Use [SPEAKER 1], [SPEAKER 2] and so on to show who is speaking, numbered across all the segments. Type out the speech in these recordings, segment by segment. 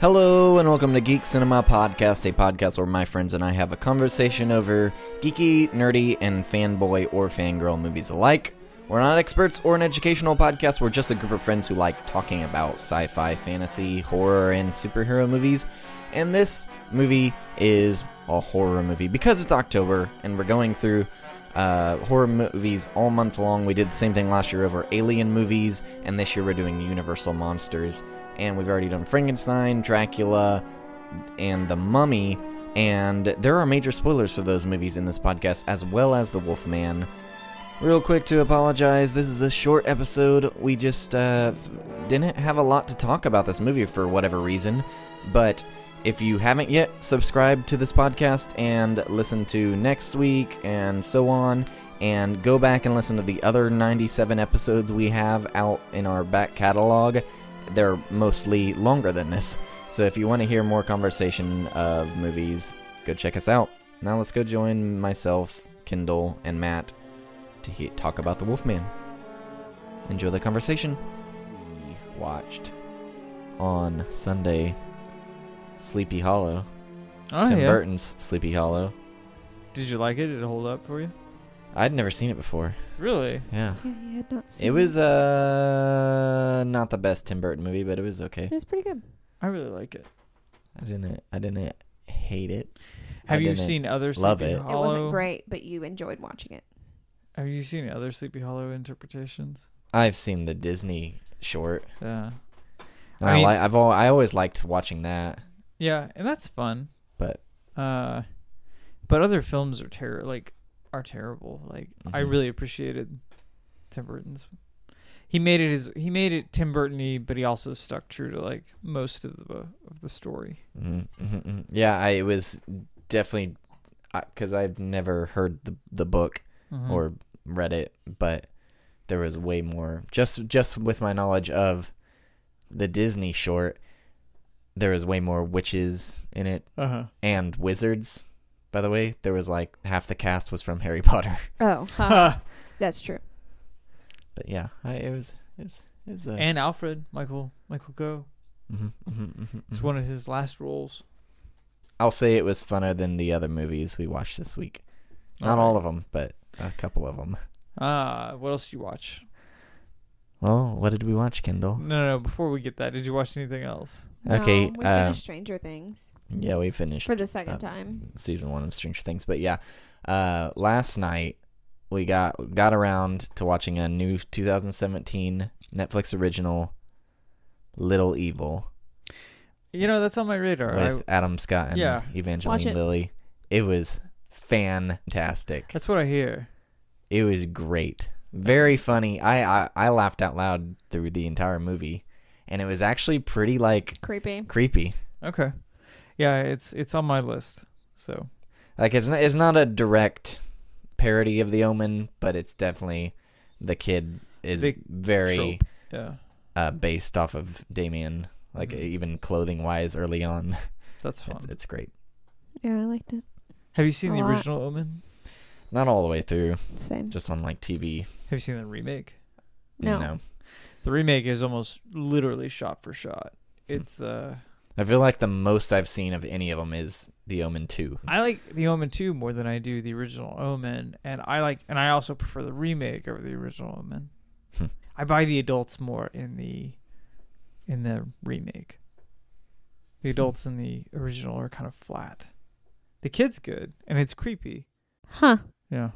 [SPEAKER 1] Hello and welcome to Geek Cinema Podcast, a podcast where my friends and I have a conversation over geeky, nerdy, and fanboy or fangirl movies alike. We're not experts or an educational podcast, we're just a group of friends who like talking about sci fi, fantasy, horror, and superhero movies. And this movie is a horror movie because it's October and we're going through uh, horror movies all month long. We did the same thing last year over alien movies, and this year we're doing Universal Monsters. And we've already done Frankenstein, Dracula, and The Mummy. And there are major spoilers for those movies in this podcast, as well as The Wolfman. Real quick to apologize, this is a short episode. We just uh, didn't have a lot to talk about this movie for whatever reason. But if you haven't yet, subscribe to this podcast and listen to next week and so on. And go back and listen to the other 97 episodes we have out in our back catalog. They're mostly longer than this. So if you want to hear more conversation of movies, go check us out. Now let's go join myself, Kendall, and Matt to he- talk about the Wolfman. Enjoy the conversation. We watched on Sunday Sleepy Hollow,
[SPEAKER 2] Oh
[SPEAKER 1] Tim
[SPEAKER 2] yeah.
[SPEAKER 1] Burton's Sleepy Hollow.
[SPEAKER 2] Did you like it? Did it hold up for you?
[SPEAKER 1] I'd never seen it before.
[SPEAKER 2] Really?
[SPEAKER 1] Yeah.
[SPEAKER 3] Yeah, you had not seen
[SPEAKER 1] It was uh not the best Tim Burton movie, but it was okay.
[SPEAKER 3] It was pretty good.
[SPEAKER 2] I really like it.
[SPEAKER 1] I didn't I didn't hate it. I
[SPEAKER 2] Have you
[SPEAKER 1] didn't
[SPEAKER 2] seen other
[SPEAKER 1] love
[SPEAKER 2] Sleepy
[SPEAKER 1] it. It
[SPEAKER 3] It
[SPEAKER 2] Hollow?
[SPEAKER 3] wasn't great, but you enjoyed watching it.
[SPEAKER 2] Have you seen other Sleepy Hollow interpretations?
[SPEAKER 1] I've seen the Disney short.
[SPEAKER 2] Yeah.
[SPEAKER 1] and
[SPEAKER 2] I
[SPEAKER 1] I
[SPEAKER 2] mean-
[SPEAKER 1] li- I've al- I always liked watching that.
[SPEAKER 2] Yeah, and that's fun.
[SPEAKER 1] But-
[SPEAKER 2] uh but other films are ter- like are terrible. Like I
[SPEAKER 1] Mhm.
[SPEAKER 2] really appreciated Tim Burton's he made it his he made it Tim Burton-y, but he also stuck true to like most of the of the story.
[SPEAKER 1] Mhm, mhm, mhm. Yeah, I it was definitely because I've never heard the the book
[SPEAKER 2] Mhm.
[SPEAKER 1] or read it, but there was way more. Just just with my knowledge of the Disney short, there was way more witches in it
[SPEAKER 2] uh-huh.
[SPEAKER 1] and wizards. By the way, there was like half the cast was from Harry Potter.
[SPEAKER 3] Oh,
[SPEAKER 2] Ha.
[SPEAKER 3] that's true.
[SPEAKER 1] But yeah, I, it was it was it was. Uh,
[SPEAKER 2] and Alfred, Michael Michael Go.
[SPEAKER 1] mhm, mhm, mhm,
[SPEAKER 2] It's
[SPEAKER 1] mhm.
[SPEAKER 2] one of his last roles.
[SPEAKER 1] I'll say it was funner than the other movies we watched this week. Not all of them, but a couple of them.
[SPEAKER 2] Ah, what else did you watch?
[SPEAKER 1] Well, what did we watch, Kendall?
[SPEAKER 2] No, no, no, before we get that, did you watch anything else?
[SPEAKER 1] Okay,
[SPEAKER 3] No, we
[SPEAKER 1] uh,
[SPEAKER 3] finished Stranger Things
[SPEAKER 1] Yeah, we finished
[SPEAKER 3] for the second
[SPEAKER 1] uh,
[SPEAKER 3] time.
[SPEAKER 1] season one of Stranger Things. But yeah, uh, last night we got got around to watching a new 2017 Netflix original, Little Evil,
[SPEAKER 2] You know, that's on my radar. I,
[SPEAKER 1] with Adam Scott and
[SPEAKER 2] Yeah.
[SPEAKER 3] Watch
[SPEAKER 1] Evangeline
[SPEAKER 3] it.
[SPEAKER 1] Lilly. It was fantastic.
[SPEAKER 2] that's what I hear.
[SPEAKER 1] It was great. Very funny. I, I I laughed out loud through the entire movie, and it was actually pretty like
[SPEAKER 3] Creepy.
[SPEAKER 1] creepy.
[SPEAKER 2] Okay. Yeah, it's it's on my list. So
[SPEAKER 1] Like it's not it's not a direct parody of The Omen, but it's definitely the kid is
[SPEAKER 2] The
[SPEAKER 1] very
[SPEAKER 2] trope. yeah,
[SPEAKER 1] uh, based off of Damien. Like
[SPEAKER 2] Mhm.
[SPEAKER 1] even clothing wise, early on,
[SPEAKER 2] that's fun.
[SPEAKER 1] it's, it's great.
[SPEAKER 3] Yeah, I liked it.
[SPEAKER 2] Have you seen
[SPEAKER 3] a
[SPEAKER 2] the
[SPEAKER 3] lot.
[SPEAKER 2] original Omen?
[SPEAKER 1] Not all the way through,
[SPEAKER 3] Same.
[SPEAKER 1] just on like TV.
[SPEAKER 2] Have you seen the remake?
[SPEAKER 3] No.
[SPEAKER 1] You know.
[SPEAKER 2] The remake is almost literally shot for shot. It's uh,
[SPEAKER 1] I feel like the most I've seen of any of them is The Omen Two.
[SPEAKER 2] I like the Omen two more than I do the original Omen, and I like and I also prefer the remake over the original Omen.
[SPEAKER 1] Hmm.
[SPEAKER 2] I buy the adults more in the in the remake.
[SPEAKER 1] Hmm.
[SPEAKER 2] The adults in the original are kind of flat. The kid's good and it's creepy.
[SPEAKER 3] Huh.
[SPEAKER 2] Yeah.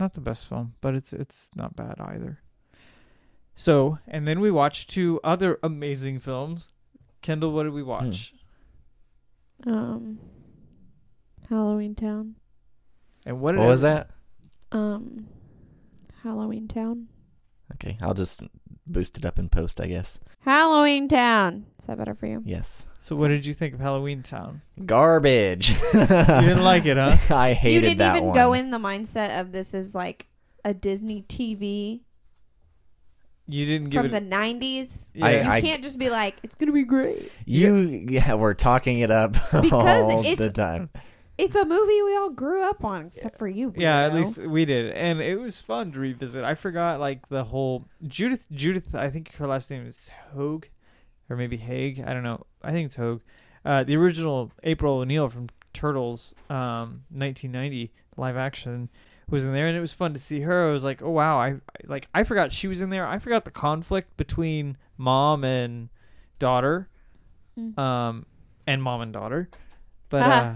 [SPEAKER 2] Not the best film, but it's it's not bad either. So, and then we watched two other amazing films. Kendall, what did
[SPEAKER 1] Hmm.
[SPEAKER 2] we watch?
[SPEAKER 3] Um, Halloween Town.
[SPEAKER 2] And what did
[SPEAKER 1] What was
[SPEAKER 2] every-
[SPEAKER 1] that?
[SPEAKER 3] Um, Halloween Town.
[SPEAKER 1] Okay, I'll just boost it up in post, I guess.
[SPEAKER 3] Halloween Town. Is that better for you?
[SPEAKER 1] Yes.
[SPEAKER 2] So, what did you think of Halloween Town?
[SPEAKER 1] Garbage. you
[SPEAKER 2] didn't like it, huh?
[SPEAKER 1] I hated
[SPEAKER 3] you didn't
[SPEAKER 1] that
[SPEAKER 3] even
[SPEAKER 1] one.
[SPEAKER 3] go in the mindset of this is like a Disney TV
[SPEAKER 2] You didn't give it
[SPEAKER 3] from the 90s.
[SPEAKER 2] Yeah.
[SPEAKER 1] I-
[SPEAKER 3] You
[SPEAKER 1] I-
[SPEAKER 3] can't just be like, it's going to be great.
[SPEAKER 1] You yeah, were talking it up
[SPEAKER 3] Because
[SPEAKER 1] all
[SPEAKER 3] it's-
[SPEAKER 1] the time.
[SPEAKER 3] It's a movie we all grew up on, except for you.
[SPEAKER 2] yeah, at
[SPEAKER 3] weirdo.
[SPEAKER 2] least we did, and it was fun to revisit. I forgot like the whole Judith. Judith, I think her last name is Hogue. or maybe Haig. I don't know. I think it's Hoag. Uh, the original April O'Neil from Turtles, um, 1990 live action was in there, and it was fun to see her. I was like, oh wow, I I- like I forgot she was in there. I forgot the conflict between mom and daughter,
[SPEAKER 3] Mm.
[SPEAKER 2] um, and mom and daughter, but
[SPEAKER 3] Haha.
[SPEAKER 2] uh,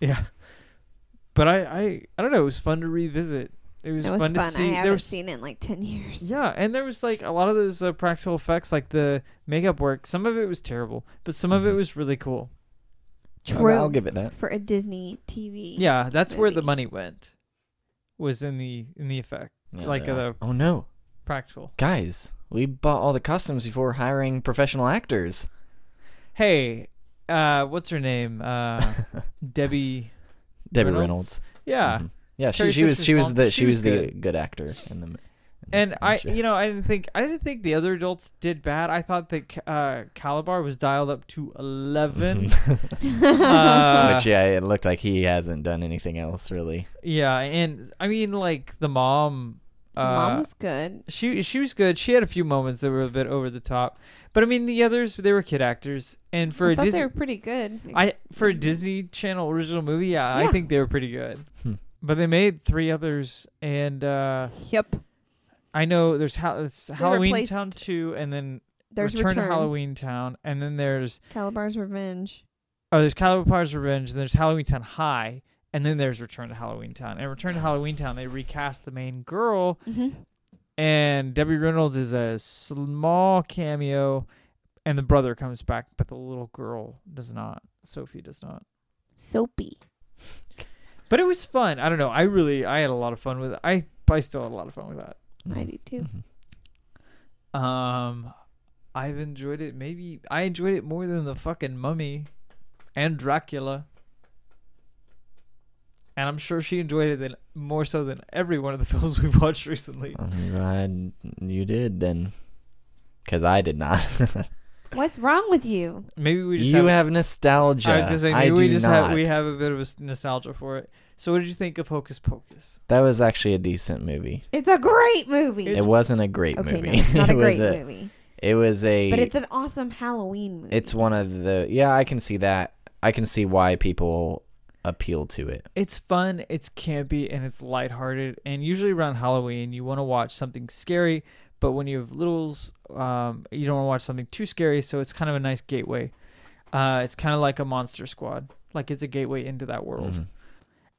[SPEAKER 2] yeah, but I I I don't know. It was fun to revisit. It was,
[SPEAKER 3] It was
[SPEAKER 2] fun,
[SPEAKER 3] fun.
[SPEAKER 2] to see.
[SPEAKER 3] I
[SPEAKER 2] there
[SPEAKER 3] haven't
[SPEAKER 2] was,
[SPEAKER 3] seen it in like ten years.
[SPEAKER 2] yeah, and there was like a lot of those uh, practical effects, like the makeup work. Some of it was terrible, but some of it
[SPEAKER 1] Mhm.
[SPEAKER 2] was really cool.
[SPEAKER 3] True.
[SPEAKER 1] I'll give it that.
[SPEAKER 3] for a Disney TV.
[SPEAKER 2] Yeah, that's where the
[SPEAKER 3] Movie.
[SPEAKER 2] money went. Was in the in the effect
[SPEAKER 1] Yeah,
[SPEAKER 2] Like,
[SPEAKER 1] they're
[SPEAKER 2] uh,
[SPEAKER 1] oh no,
[SPEAKER 2] practical.
[SPEAKER 1] guys, we bought all the costumes before hiring professional actors.
[SPEAKER 2] Hey, uh, what's her name? Uh, Debbie.
[SPEAKER 1] Debbie
[SPEAKER 2] Reynolds?
[SPEAKER 1] Reynolds.
[SPEAKER 2] Yeah,
[SPEAKER 1] Mhm. Yeah, she,
[SPEAKER 2] Carrie
[SPEAKER 1] she was
[SPEAKER 2] Fisher's
[SPEAKER 1] she was
[SPEAKER 2] mom.
[SPEAKER 1] the
[SPEAKER 2] She
[SPEAKER 1] she was
[SPEAKER 2] was
[SPEAKER 1] the good actor in the. In the- in
[SPEAKER 2] and
[SPEAKER 1] the
[SPEAKER 2] I,
[SPEAKER 1] show.
[SPEAKER 2] you know, I didn't think I didn't think the other adults did bad. I thought that Ca- uh, Calabar was dialed up to eleven. uh,
[SPEAKER 1] Which yeah, it looked like he hasn't done anything else really.
[SPEAKER 2] yeah, and I mean, like the mom. Uh,
[SPEAKER 3] Mom was good.
[SPEAKER 2] she she was good. She had a few moments that were a bit over the top, but I mean the others they were kid actors, and for
[SPEAKER 3] I
[SPEAKER 2] a
[SPEAKER 3] thought
[SPEAKER 2] Disney,
[SPEAKER 3] they were pretty good.
[SPEAKER 2] I for a Disney Channel original movie, yeah, I
[SPEAKER 3] Yeah.
[SPEAKER 2] think they were pretty good.
[SPEAKER 1] Hmm.
[SPEAKER 2] But they made three others, and uh,
[SPEAKER 3] yep.
[SPEAKER 2] I know there's ha- it's Halloween
[SPEAKER 3] replaced-
[SPEAKER 2] Town two, and then
[SPEAKER 3] There's
[SPEAKER 2] Return,
[SPEAKER 3] Return,
[SPEAKER 2] to Halloween Town, and then there's
[SPEAKER 3] Calabar's Revenge.
[SPEAKER 2] oh there's Calabar's Revenge, and there's Halloween Town High, and then there's Return to Halloween Town. And Return to Halloween Town, they recast the main girl,
[SPEAKER 3] Mm-hmm.
[SPEAKER 2] and Debbie Reynolds is a small cameo, and the brother comes back, but the little girl does not. Sophie does not.
[SPEAKER 3] Soapy.
[SPEAKER 2] But it was fun. I don't know. I really, I had a lot of fun with it. I, I still had a lot of fun with that.
[SPEAKER 3] I do too.
[SPEAKER 1] Mhm.
[SPEAKER 2] Um, I've enjoyed it. Maybe I enjoyed it more than the fucking Mummy, and Dracula. And I'm sure she enjoyed it than more so than every one of the films we've watched recently.
[SPEAKER 1] I'm glad you did then, because I did not.
[SPEAKER 3] What's wrong with you?
[SPEAKER 2] Maybe we just
[SPEAKER 1] you have,
[SPEAKER 2] have,
[SPEAKER 1] nostalgia.
[SPEAKER 2] I was gonna say maybe we
[SPEAKER 1] do
[SPEAKER 2] just
[SPEAKER 1] not.
[SPEAKER 2] have we have a bit of a s- nostalgia for it. So what did you think of Hocus Pocus?
[SPEAKER 1] That was actually a decent movie.
[SPEAKER 3] It's a great movie.
[SPEAKER 2] It's-
[SPEAKER 1] it wasn't a great
[SPEAKER 3] okay,
[SPEAKER 1] movie.
[SPEAKER 3] no, it's not a
[SPEAKER 1] it was
[SPEAKER 3] great
[SPEAKER 1] a,
[SPEAKER 3] movie,
[SPEAKER 1] It was a.
[SPEAKER 3] but it's an awesome Halloween movie.
[SPEAKER 1] it's one of the. Yeah, I can see that. I can see why people appeal to it.
[SPEAKER 2] It's fun, it's campy, and it's lighthearted. And usually around Halloween, you want to watch something scary, but when you have littles, um, you don't want to watch something too scary. So it's kind of a nice gateway. Uh, it's kind of like a Monster Squad, like it's a gateway into that world.
[SPEAKER 1] Mhm.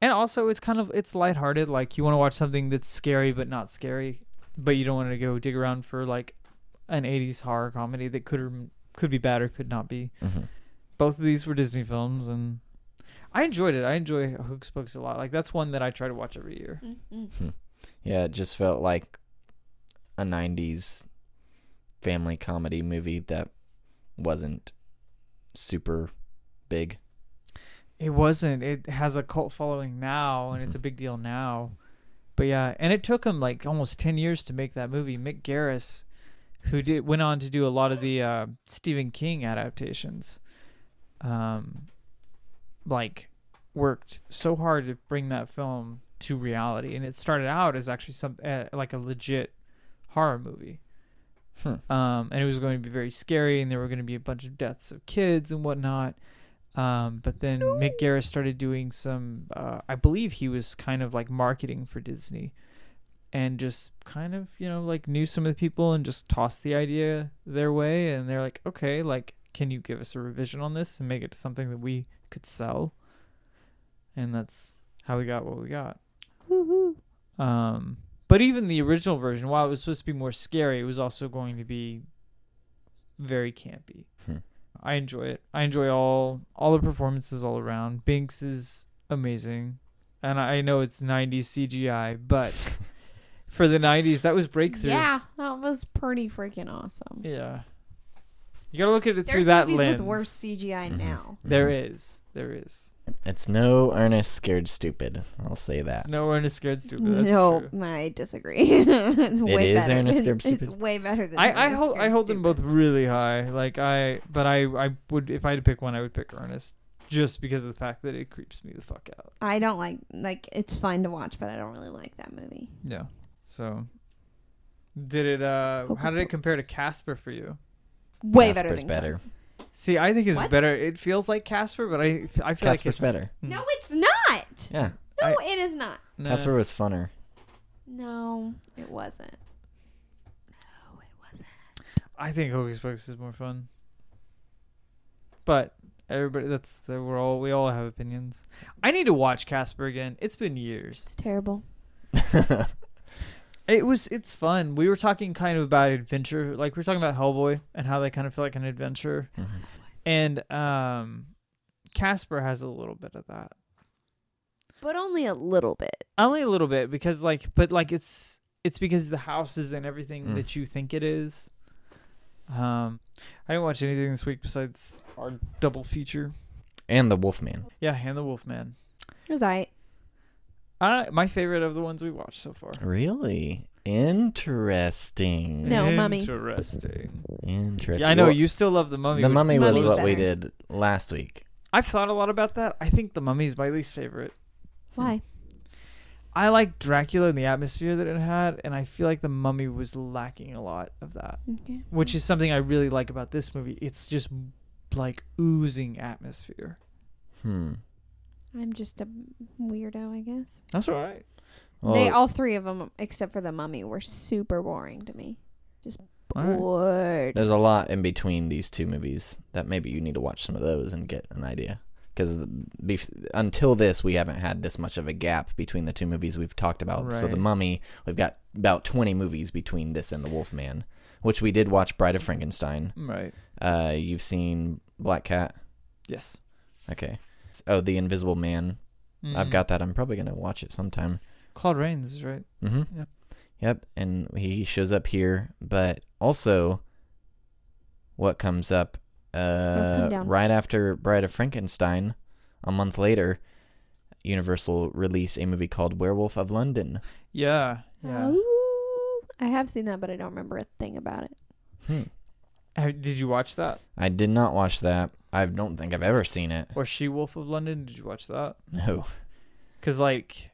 [SPEAKER 2] And also, it's kind of it's lighthearted. Like you want to watch something that's scary but not scary, but you don't want to go dig around for like an '80s horror comedy that could or could be bad or could not be
[SPEAKER 1] Mhm.
[SPEAKER 2] both of these were Disney films, and I enjoyed it. I enjoy Hocus Pocus a lot. Like that's one that I try to watch every year.
[SPEAKER 3] Mm-mm.
[SPEAKER 1] Yeah, it just felt like a '90s family comedy movie that wasn't super big.
[SPEAKER 2] It wasn't. It has a cult following now, and it's a big deal now. But yeah, and it took him like almost ten years to make that movie. Mick Garris, who did went on to do a lot of the uh, Stephen King adaptations, um, like worked so hard to bring that film to reality, and it started out as actually some uh, like a legit horror movie.
[SPEAKER 1] Hmm.
[SPEAKER 2] um, and it was going to be very scary, and there were going to be a bunch of deaths of kids and whatnot. Um, but then Mick Garris started doing some. Uh, I believe he was kind of like marketing for Disney, and just kind of you know like knew some of the people and just tossed the idea their way, and they're like, okay, like can you give us a revision on this and make it something that we could sell? And that's how we got what we got.
[SPEAKER 3] Woo-hoo.
[SPEAKER 2] Um, but even the original version, while it was supposed to be more scary, it was also going to be very campy.
[SPEAKER 1] Hmm.
[SPEAKER 2] I enjoy it. I enjoy all all the performances all around. Binks is amazing, and I know it's '90s CGI, but for the '90s, that was breakthrough.
[SPEAKER 3] Yeah, that was pretty freaking awesome.
[SPEAKER 2] Yeah. You gotta look at it through
[SPEAKER 3] There's
[SPEAKER 2] that
[SPEAKER 3] movies
[SPEAKER 2] lens.
[SPEAKER 3] with worse CGI
[SPEAKER 1] Mhm.
[SPEAKER 3] now.
[SPEAKER 2] There is, there is.
[SPEAKER 1] It's no Ernest Scared Stupid. I'll say that.
[SPEAKER 2] It's nowhere near scared stupid. That's
[SPEAKER 3] no,
[SPEAKER 2] true.
[SPEAKER 3] I disagree. it's way
[SPEAKER 1] is
[SPEAKER 3] better.
[SPEAKER 1] Ernest
[SPEAKER 3] than-
[SPEAKER 1] Scared
[SPEAKER 3] it's
[SPEAKER 1] Stupid.
[SPEAKER 3] way better than
[SPEAKER 2] I, I
[SPEAKER 3] Ernest
[SPEAKER 2] hold I
[SPEAKER 3] Scared
[SPEAKER 2] hold them both
[SPEAKER 3] Stupid.
[SPEAKER 2] really high. Like I, but I I would if I had to pick one, I would pick Ernest just because of the fact that it creeps me the fuck out.
[SPEAKER 3] I don't like like it's fun to watch, but I don't really like that movie.
[SPEAKER 2] Yeah. So, did it? uh How
[SPEAKER 3] Hocus
[SPEAKER 2] did it compare to
[SPEAKER 3] Pocus.
[SPEAKER 2] Casper for you?
[SPEAKER 3] Way
[SPEAKER 1] Casper's
[SPEAKER 3] better than
[SPEAKER 1] better.
[SPEAKER 3] Casper.
[SPEAKER 2] See, I think it's
[SPEAKER 3] What?
[SPEAKER 2] better. It feels like Casper, but I I feel like
[SPEAKER 1] Casper's
[SPEAKER 2] it's
[SPEAKER 1] better.
[SPEAKER 3] No, it's not.
[SPEAKER 1] Yeah,
[SPEAKER 3] No,
[SPEAKER 2] I-
[SPEAKER 3] it is not.
[SPEAKER 2] No.
[SPEAKER 1] Casper was funner.
[SPEAKER 3] No, it wasn't. No, it wasn't.
[SPEAKER 2] I think Hocus Pocus is more fun. But everybody, that's the, we're all we all have opinions. I need to watch Casper again. It's been years.
[SPEAKER 3] It's terrible.
[SPEAKER 2] It was it's fun. We were talking kind of about adventure, like we were talking about Hellboy and how they kind of feel like an adventure,
[SPEAKER 1] Mhm.
[SPEAKER 2] and um, Casper has a little bit of that.
[SPEAKER 3] But only a little bit.
[SPEAKER 2] only a little bit because like but like it's it's because the house is and everything
[SPEAKER 1] Mm.
[SPEAKER 2] that you think it is um i didn't watch anything this week besides our double feature
[SPEAKER 1] and the Wolfman.
[SPEAKER 2] yeah and the wolfman
[SPEAKER 3] It was alright.
[SPEAKER 2] uh my favorite of the ones we watched so far
[SPEAKER 1] Really interesting.
[SPEAKER 3] No, Mummy.
[SPEAKER 2] interesting
[SPEAKER 1] Interesting.
[SPEAKER 2] yeah, i know
[SPEAKER 1] Well,
[SPEAKER 2] you still love the mummy
[SPEAKER 1] The
[SPEAKER 2] which-
[SPEAKER 1] mummy was
[SPEAKER 3] Mummy's
[SPEAKER 1] what we
[SPEAKER 3] better.
[SPEAKER 1] did last week.
[SPEAKER 2] i've thought a lot about that i think the mummy is my least favorite Hmm.
[SPEAKER 3] Why?
[SPEAKER 2] i like dracula and the atmosphere that it had and i feel like the mummy was lacking a lot of that
[SPEAKER 3] Okay.
[SPEAKER 2] which is something I really like about this movie. It's just like oozing atmosphere.
[SPEAKER 1] Hmm.
[SPEAKER 3] I'm just a weirdo, I guess.
[SPEAKER 2] That's all right.
[SPEAKER 3] They
[SPEAKER 1] Well,
[SPEAKER 3] all three of them, except for the mummy, were super boring to me. Just
[SPEAKER 2] All right.
[SPEAKER 3] bored.
[SPEAKER 1] There's a lot in between these two movies that maybe you need to watch some of those and get an idea. Because bef- until this, we haven't had this much of a gap between the two movies we've talked about. So The
[SPEAKER 2] Right.
[SPEAKER 1] Mummy, we've got about 20 movies between this and The Wolfman, which we did watch Bride of Frankenstein.
[SPEAKER 2] Mm, Right.
[SPEAKER 1] Uh, you've seen Black Cat.
[SPEAKER 2] Yes.
[SPEAKER 1] Okay. Oh, The Invisible Man. I've
[SPEAKER 2] Mhm.
[SPEAKER 1] got that. I'm probably going to watch it sometime.
[SPEAKER 2] Claude Rains, is right?
[SPEAKER 1] hmm
[SPEAKER 2] Yeah.
[SPEAKER 1] Yep. And he shows up here, but also what comes up
[SPEAKER 3] Must come
[SPEAKER 1] uh,
[SPEAKER 3] down.
[SPEAKER 1] right after Bride of Frankenstein, a month later, Universal released a movie called Werewolf of London.
[SPEAKER 2] Yeah. Yeah.
[SPEAKER 3] Ooh. Um, I have seen that, but I don't remember a thing about it.
[SPEAKER 1] Hmm.
[SPEAKER 2] Uh, Did you watch that?
[SPEAKER 1] I did not watch that. I don't think I've ever seen it.
[SPEAKER 2] Or She Wolf of London? Did you watch that?
[SPEAKER 1] No.
[SPEAKER 2] Because like,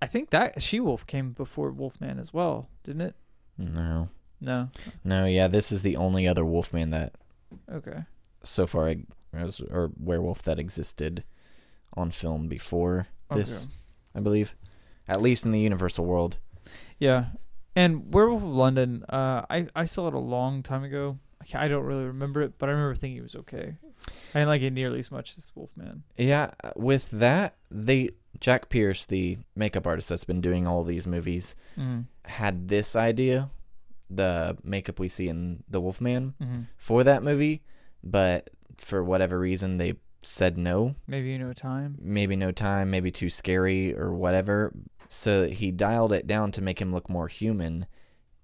[SPEAKER 2] I think that She Wolf came before Wolfman as well, didn't it?
[SPEAKER 1] No.
[SPEAKER 2] No.
[SPEAKER 1] No, yeah, this is the only other Wolfman that
[SPEAKER 2] Okay.
[SPEAKER 1] so far eg- as- or werewolf that existed on film before this,
[SPEAKER 2] Okay.
[SPEAKER 1] I believe. At least in the Universal world.
[SPEAKER 2] Yeah. And Werewolf of London, uh, I I saw it a long time ago. I ca- I don't really remember it, but I remember thinking it was okay. I didn't like it nearly as much as Wolfman.
[SPEAKER 1] Yeah, with that, they Jack Pierce, the makeup artist that's been doing all these movies,
[SPEAKER 2] Mm.
[SPEAKER 1] had this idea, the makeup we see in The Wolfman
[SPEAKER 2] Mm-hmm.
[SPEAKER 1] for that movie, but for whatever reason they said no.
[SPEAKER 2] Maybe you know time.
[SPEAKER 1] Maybe no time, maybe too scary or whatever. So he dialed it down to make him look more human.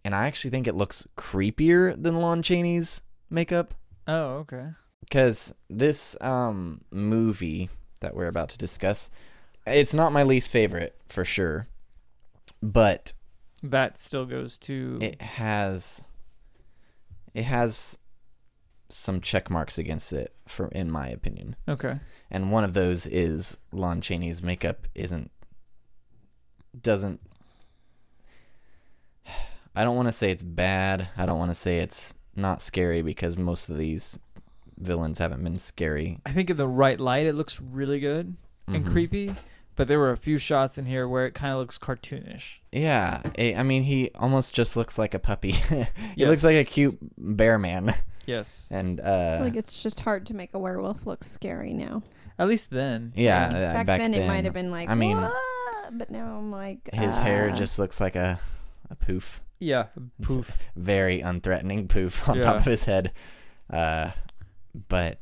[SPEAKER 1] And I actually think it looks creepier than Lon Chaney's makeup.
[SPEAKER 2] Oh, okay.
[SPEAKER 1] because this um movie that we're about to discuss it's not my least favorite for sure but
[SPEAKER 2] That still goes to
[SPEAKER 1] it has it has some check marks against it for in my opinion
[SPEAKER 2] okay.
[SPEAKER 1] and one of those is lon chaney's makeup isn't doesn't i don't want to say it's bad i don't want to say it's not scary because most of these villains haven't been scary
[SPEAKER 2] I think in the right light, it looks really good and
[SPEAKER 1] Mhm.
[SPEAKER 2] creepy. But there were a few shots in here where it kind of looks cartoonish.
[SPEAKER 1] Yeah, eh, I I mean, he almost just looks like a puppy. he looks like a
[SPEAKER 2] Yes.
[SPEAKER 1] cute bear man,
[SPEAKER 2] Yes.
[SPEAKER 1] and uh,
[SPEAKER 3] like it's just hard to make a werewolf look scary now.
[SPEAKER 2] At least then.
[SPEAKER 1] yeah,
[SPEAKER 2] Like,
[SPEAKER 1] uh,
[SPEAKER 3] Back, then, it might have been like,
[SPEAKER 1] I mean-
[SPEAKER 3] "What?" but now I'm like,
[SPEAKER 1] His hair
[SPEAKER 3] uh,
[SPEAKER 1] just looks like a, a poof,
[SPEAKER 2] yeah. Poof.
[SPEAKER 1] very unthreatening poof on
[SPEAKER 2] Yeah.
[SPEAKER 1] top of his head. Uh, but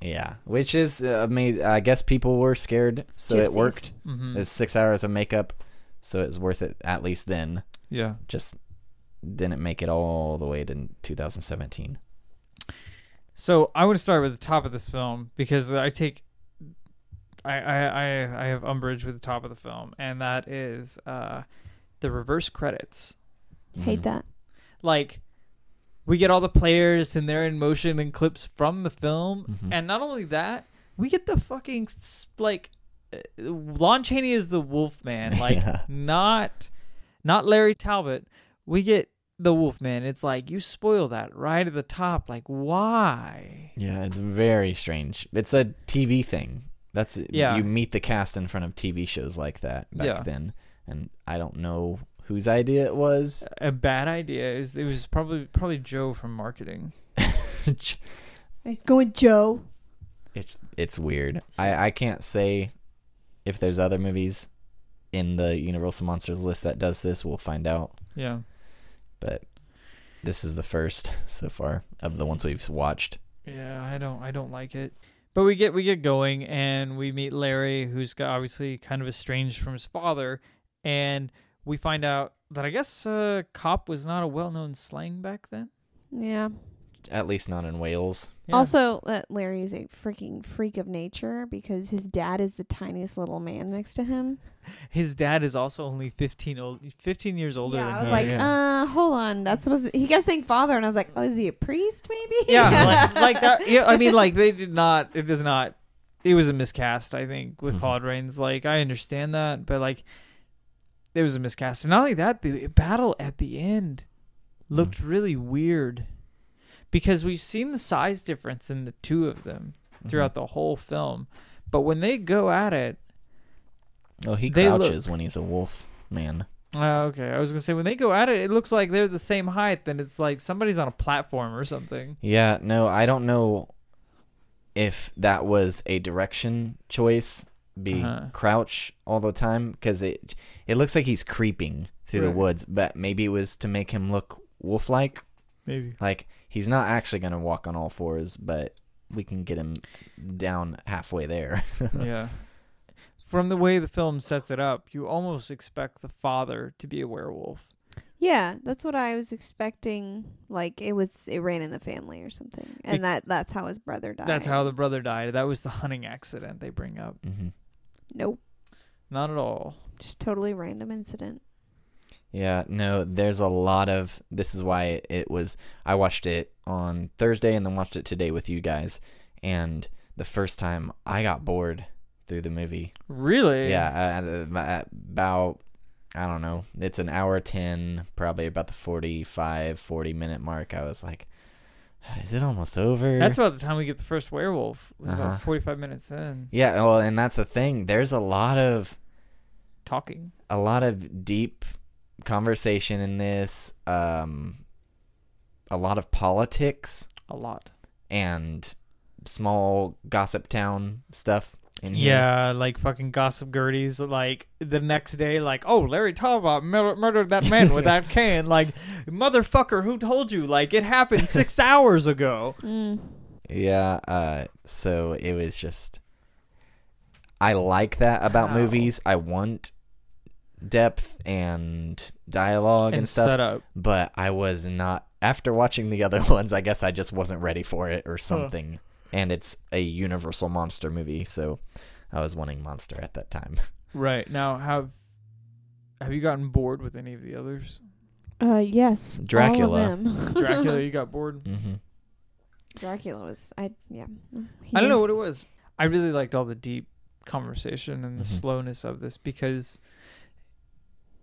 [SPEAKER 1] yeah, which is uh, amazing. I guess people were scared, so it
[SPEAKER 3] Gypsies.
[SPEAKER 1] worked. It
[SPEAKER 2] Mm-hmm.
[SPEAKER 1] was six hours of makeup, so it was worth it at least then.
[SPEAKER 2] Yeah.
[SPEAKER 1] Just didn't make it all the way to 2017.
[SPEAKER 2] So I want to start with the top of this film because I take. I, I, I, I have umbrage with the top of the film, and that is uh, the reverse credits.
[SPEAKER 3] hate
[SPEAKER 1] Mhm.
[SPEAKER 3] that.
[SPEAKER 2] like we get all the players and they're in motion and clips from the film
[SPEAKER 1] Mhm.
[SPEAKER 2] and not only that we get the fucking s- like uh, lon chaney is the wolf man like
[SPEAKER 1] Yeah.
[SPEAKER 2] not not larry talbot we get the Wolfman, it's like you spoil that right at the top. Like why?
[SPEAKER 1] Yeah, it's very strange. It's a TV thing. That's
[SPEAKER 2] Yeah.
[SPEAKER 1] You meet the cast in front of TV shows like that back
[SPEAKER 2] Yeah.
[SPEAKER 1] then, and I don't know whose idea it was.
[SPEAKER 2] A bad idea. It was, it was probably probably Joe from marketing. Uh,
[SPEAKER 3] He's going Joe.
[SPEAKER 1] it's it's weird. I I can't say if there's other movies in the Universal Monsters list that does this. We'll find out.
[SPEAKER 2] Yeah.
[SPEAKER 1] But this is the first so far of the ones we've watched.
[SPEAKER 2] Yeah, I don't I don't like it. But we get we get going and we meet Larry who's got obviously kind of estranged from his father and we find out that I guess uh, cop was not a well-known slang back then.
[SPEAKER 3] Yeah.
[SPEAKER 1] At least not in Wales.
[SPEAKER 2] Yeah.
[SPEAKER 3] Also, that Larry is a freaking freak of nature because his dad is the tiniest little man next to him.
[SPEAKER 2] his dad is also only 15 old 15 years older than
[SPEAKER 3] yeah, I was
[SPEAKER 2] him.
[SPEAKER 3] like,
[SPEAKER 1] yeah.
[SPEAKER 3] uh, hold on. That's supposed to, he kept saying father, and I was like, oh, is he a priest? Maybe.
[SPEAKER 2] yeah, like, like that. Yeah, I mean, like they did not. It does not. It was a miscast, I think, with
[SPEAKER 1] Mhm.
[SPEAKER 2] Claude Rains. Like I understand that, but like there was a miscast, and not only that, the battle at the end looked really weird because we've seen the size difference in the two of them throughout the whole film, but when they go at it,
[SPEAKER 1] Oh, he
[SPEAKER 2] They look-
[SPEAKER 1] crouches when he's a wolf man.
[SPEAKER 2] uh, okay, I was gonna say when they go at it, it looks like they're the same height, then it's like somebody's on a platform or something.
[SPEAKER 1] Yeah, no, I don't know if that was a direction choice. Be
[SPEAKER 2] Uh-huh.
[SPEAKER 1] crouch all the time because it it looks like he's creeping through the
[SPEAKER 2] Right.
[SPEAKER 1] woods, but maybe it was to make him look wolf like.
[SPEAKER 2] Maybe.
[SPEAKER 1] Like he's not actually gonna walk on all fours, but we can get him down halfway there.
[SPEAKER 2] yeah. From the way the film sets it up, you almost expect the father to be a werewolf.
[SPEAKER 3] Yeah, that's what I was expecting. Like it was, it ran in the family or something, and
[SPEAKER 2] Be-
[SPEAKER 3] that that's how his brother died.
[SPEAKER 2] That's how the brother died. That was the hunting accident they bring up.
[SPEAKER 1] hmm
[SPEAKER 3] Nope,
[SPEAKER 2] Not at all.
[SPEAKER 3] just totally random incident.
[SPEAKER 1] Yeah, no, there's a lot of this is why it was I watched it on Thursday and then watched it today with you guys and the first time I got bored through the movie.
[SPEAKER 2] Really?
[SPEAKER 1] Yeah, I- I- at about I don't know. It's an hour 10, probably about the 45 40 minute mark. I was like is it almost over?
[SPEAKER 2] That's about the time we get the first werewolf. It was
[SPEAKER 1] Uh-huh.
[SPEAKER 2] about 45 minutes in.
[SPEAKER 1] yeah, well, and that's the thing. There's a lot of
[SPEAKER 2] Talking.
[SPEAKER 1] a lot of deep conversation in this um a lot of politics
[SPEAKER 2] A lot.
[SPEAKER 1] and small gossip town stuff in here.
[SPEAKER 2] Yeah, like fucking Gossip Gertie's. Like the next day, like, oh, Larry Talbot mur- murdered that man with that can. Like, motherfucker, who told you? Like, it happened six hours ago.
[SPEAKER 3] Mm.
[SPEAKER 1] Yeah, uh so it was just I like that about
[SPEAKER 2] How?
[SPEAKER 1] movies. I want depth and dialogue and,
[SPEAKER 2] and
[SPEAKER 1] stuff,
[SPEAKER 2] set up.
[SPEAKER 1] but I was not after watching the other ones, I guess I just wasn't ready for it or something. And it's a universal monster movie, so I was wanting monster at that time.
[SPEAKER 2] Right now, have have you gotten bored with any of the others?
[SPEAKER 3] Uh, yes,
[SPEAKER 1] Dracula.
[SPEAKER 2] Dracula, you got bored.
[SPEAKER 1] Mm-hmm.
[SPEAKER 3] Dracula was I. Yeah,
[SPEAKER 2] I don't know what it was. I really liked all the deep conversation and the
[SPEAKER 1] Mhm.
[SPEAKER 2] slowness of this because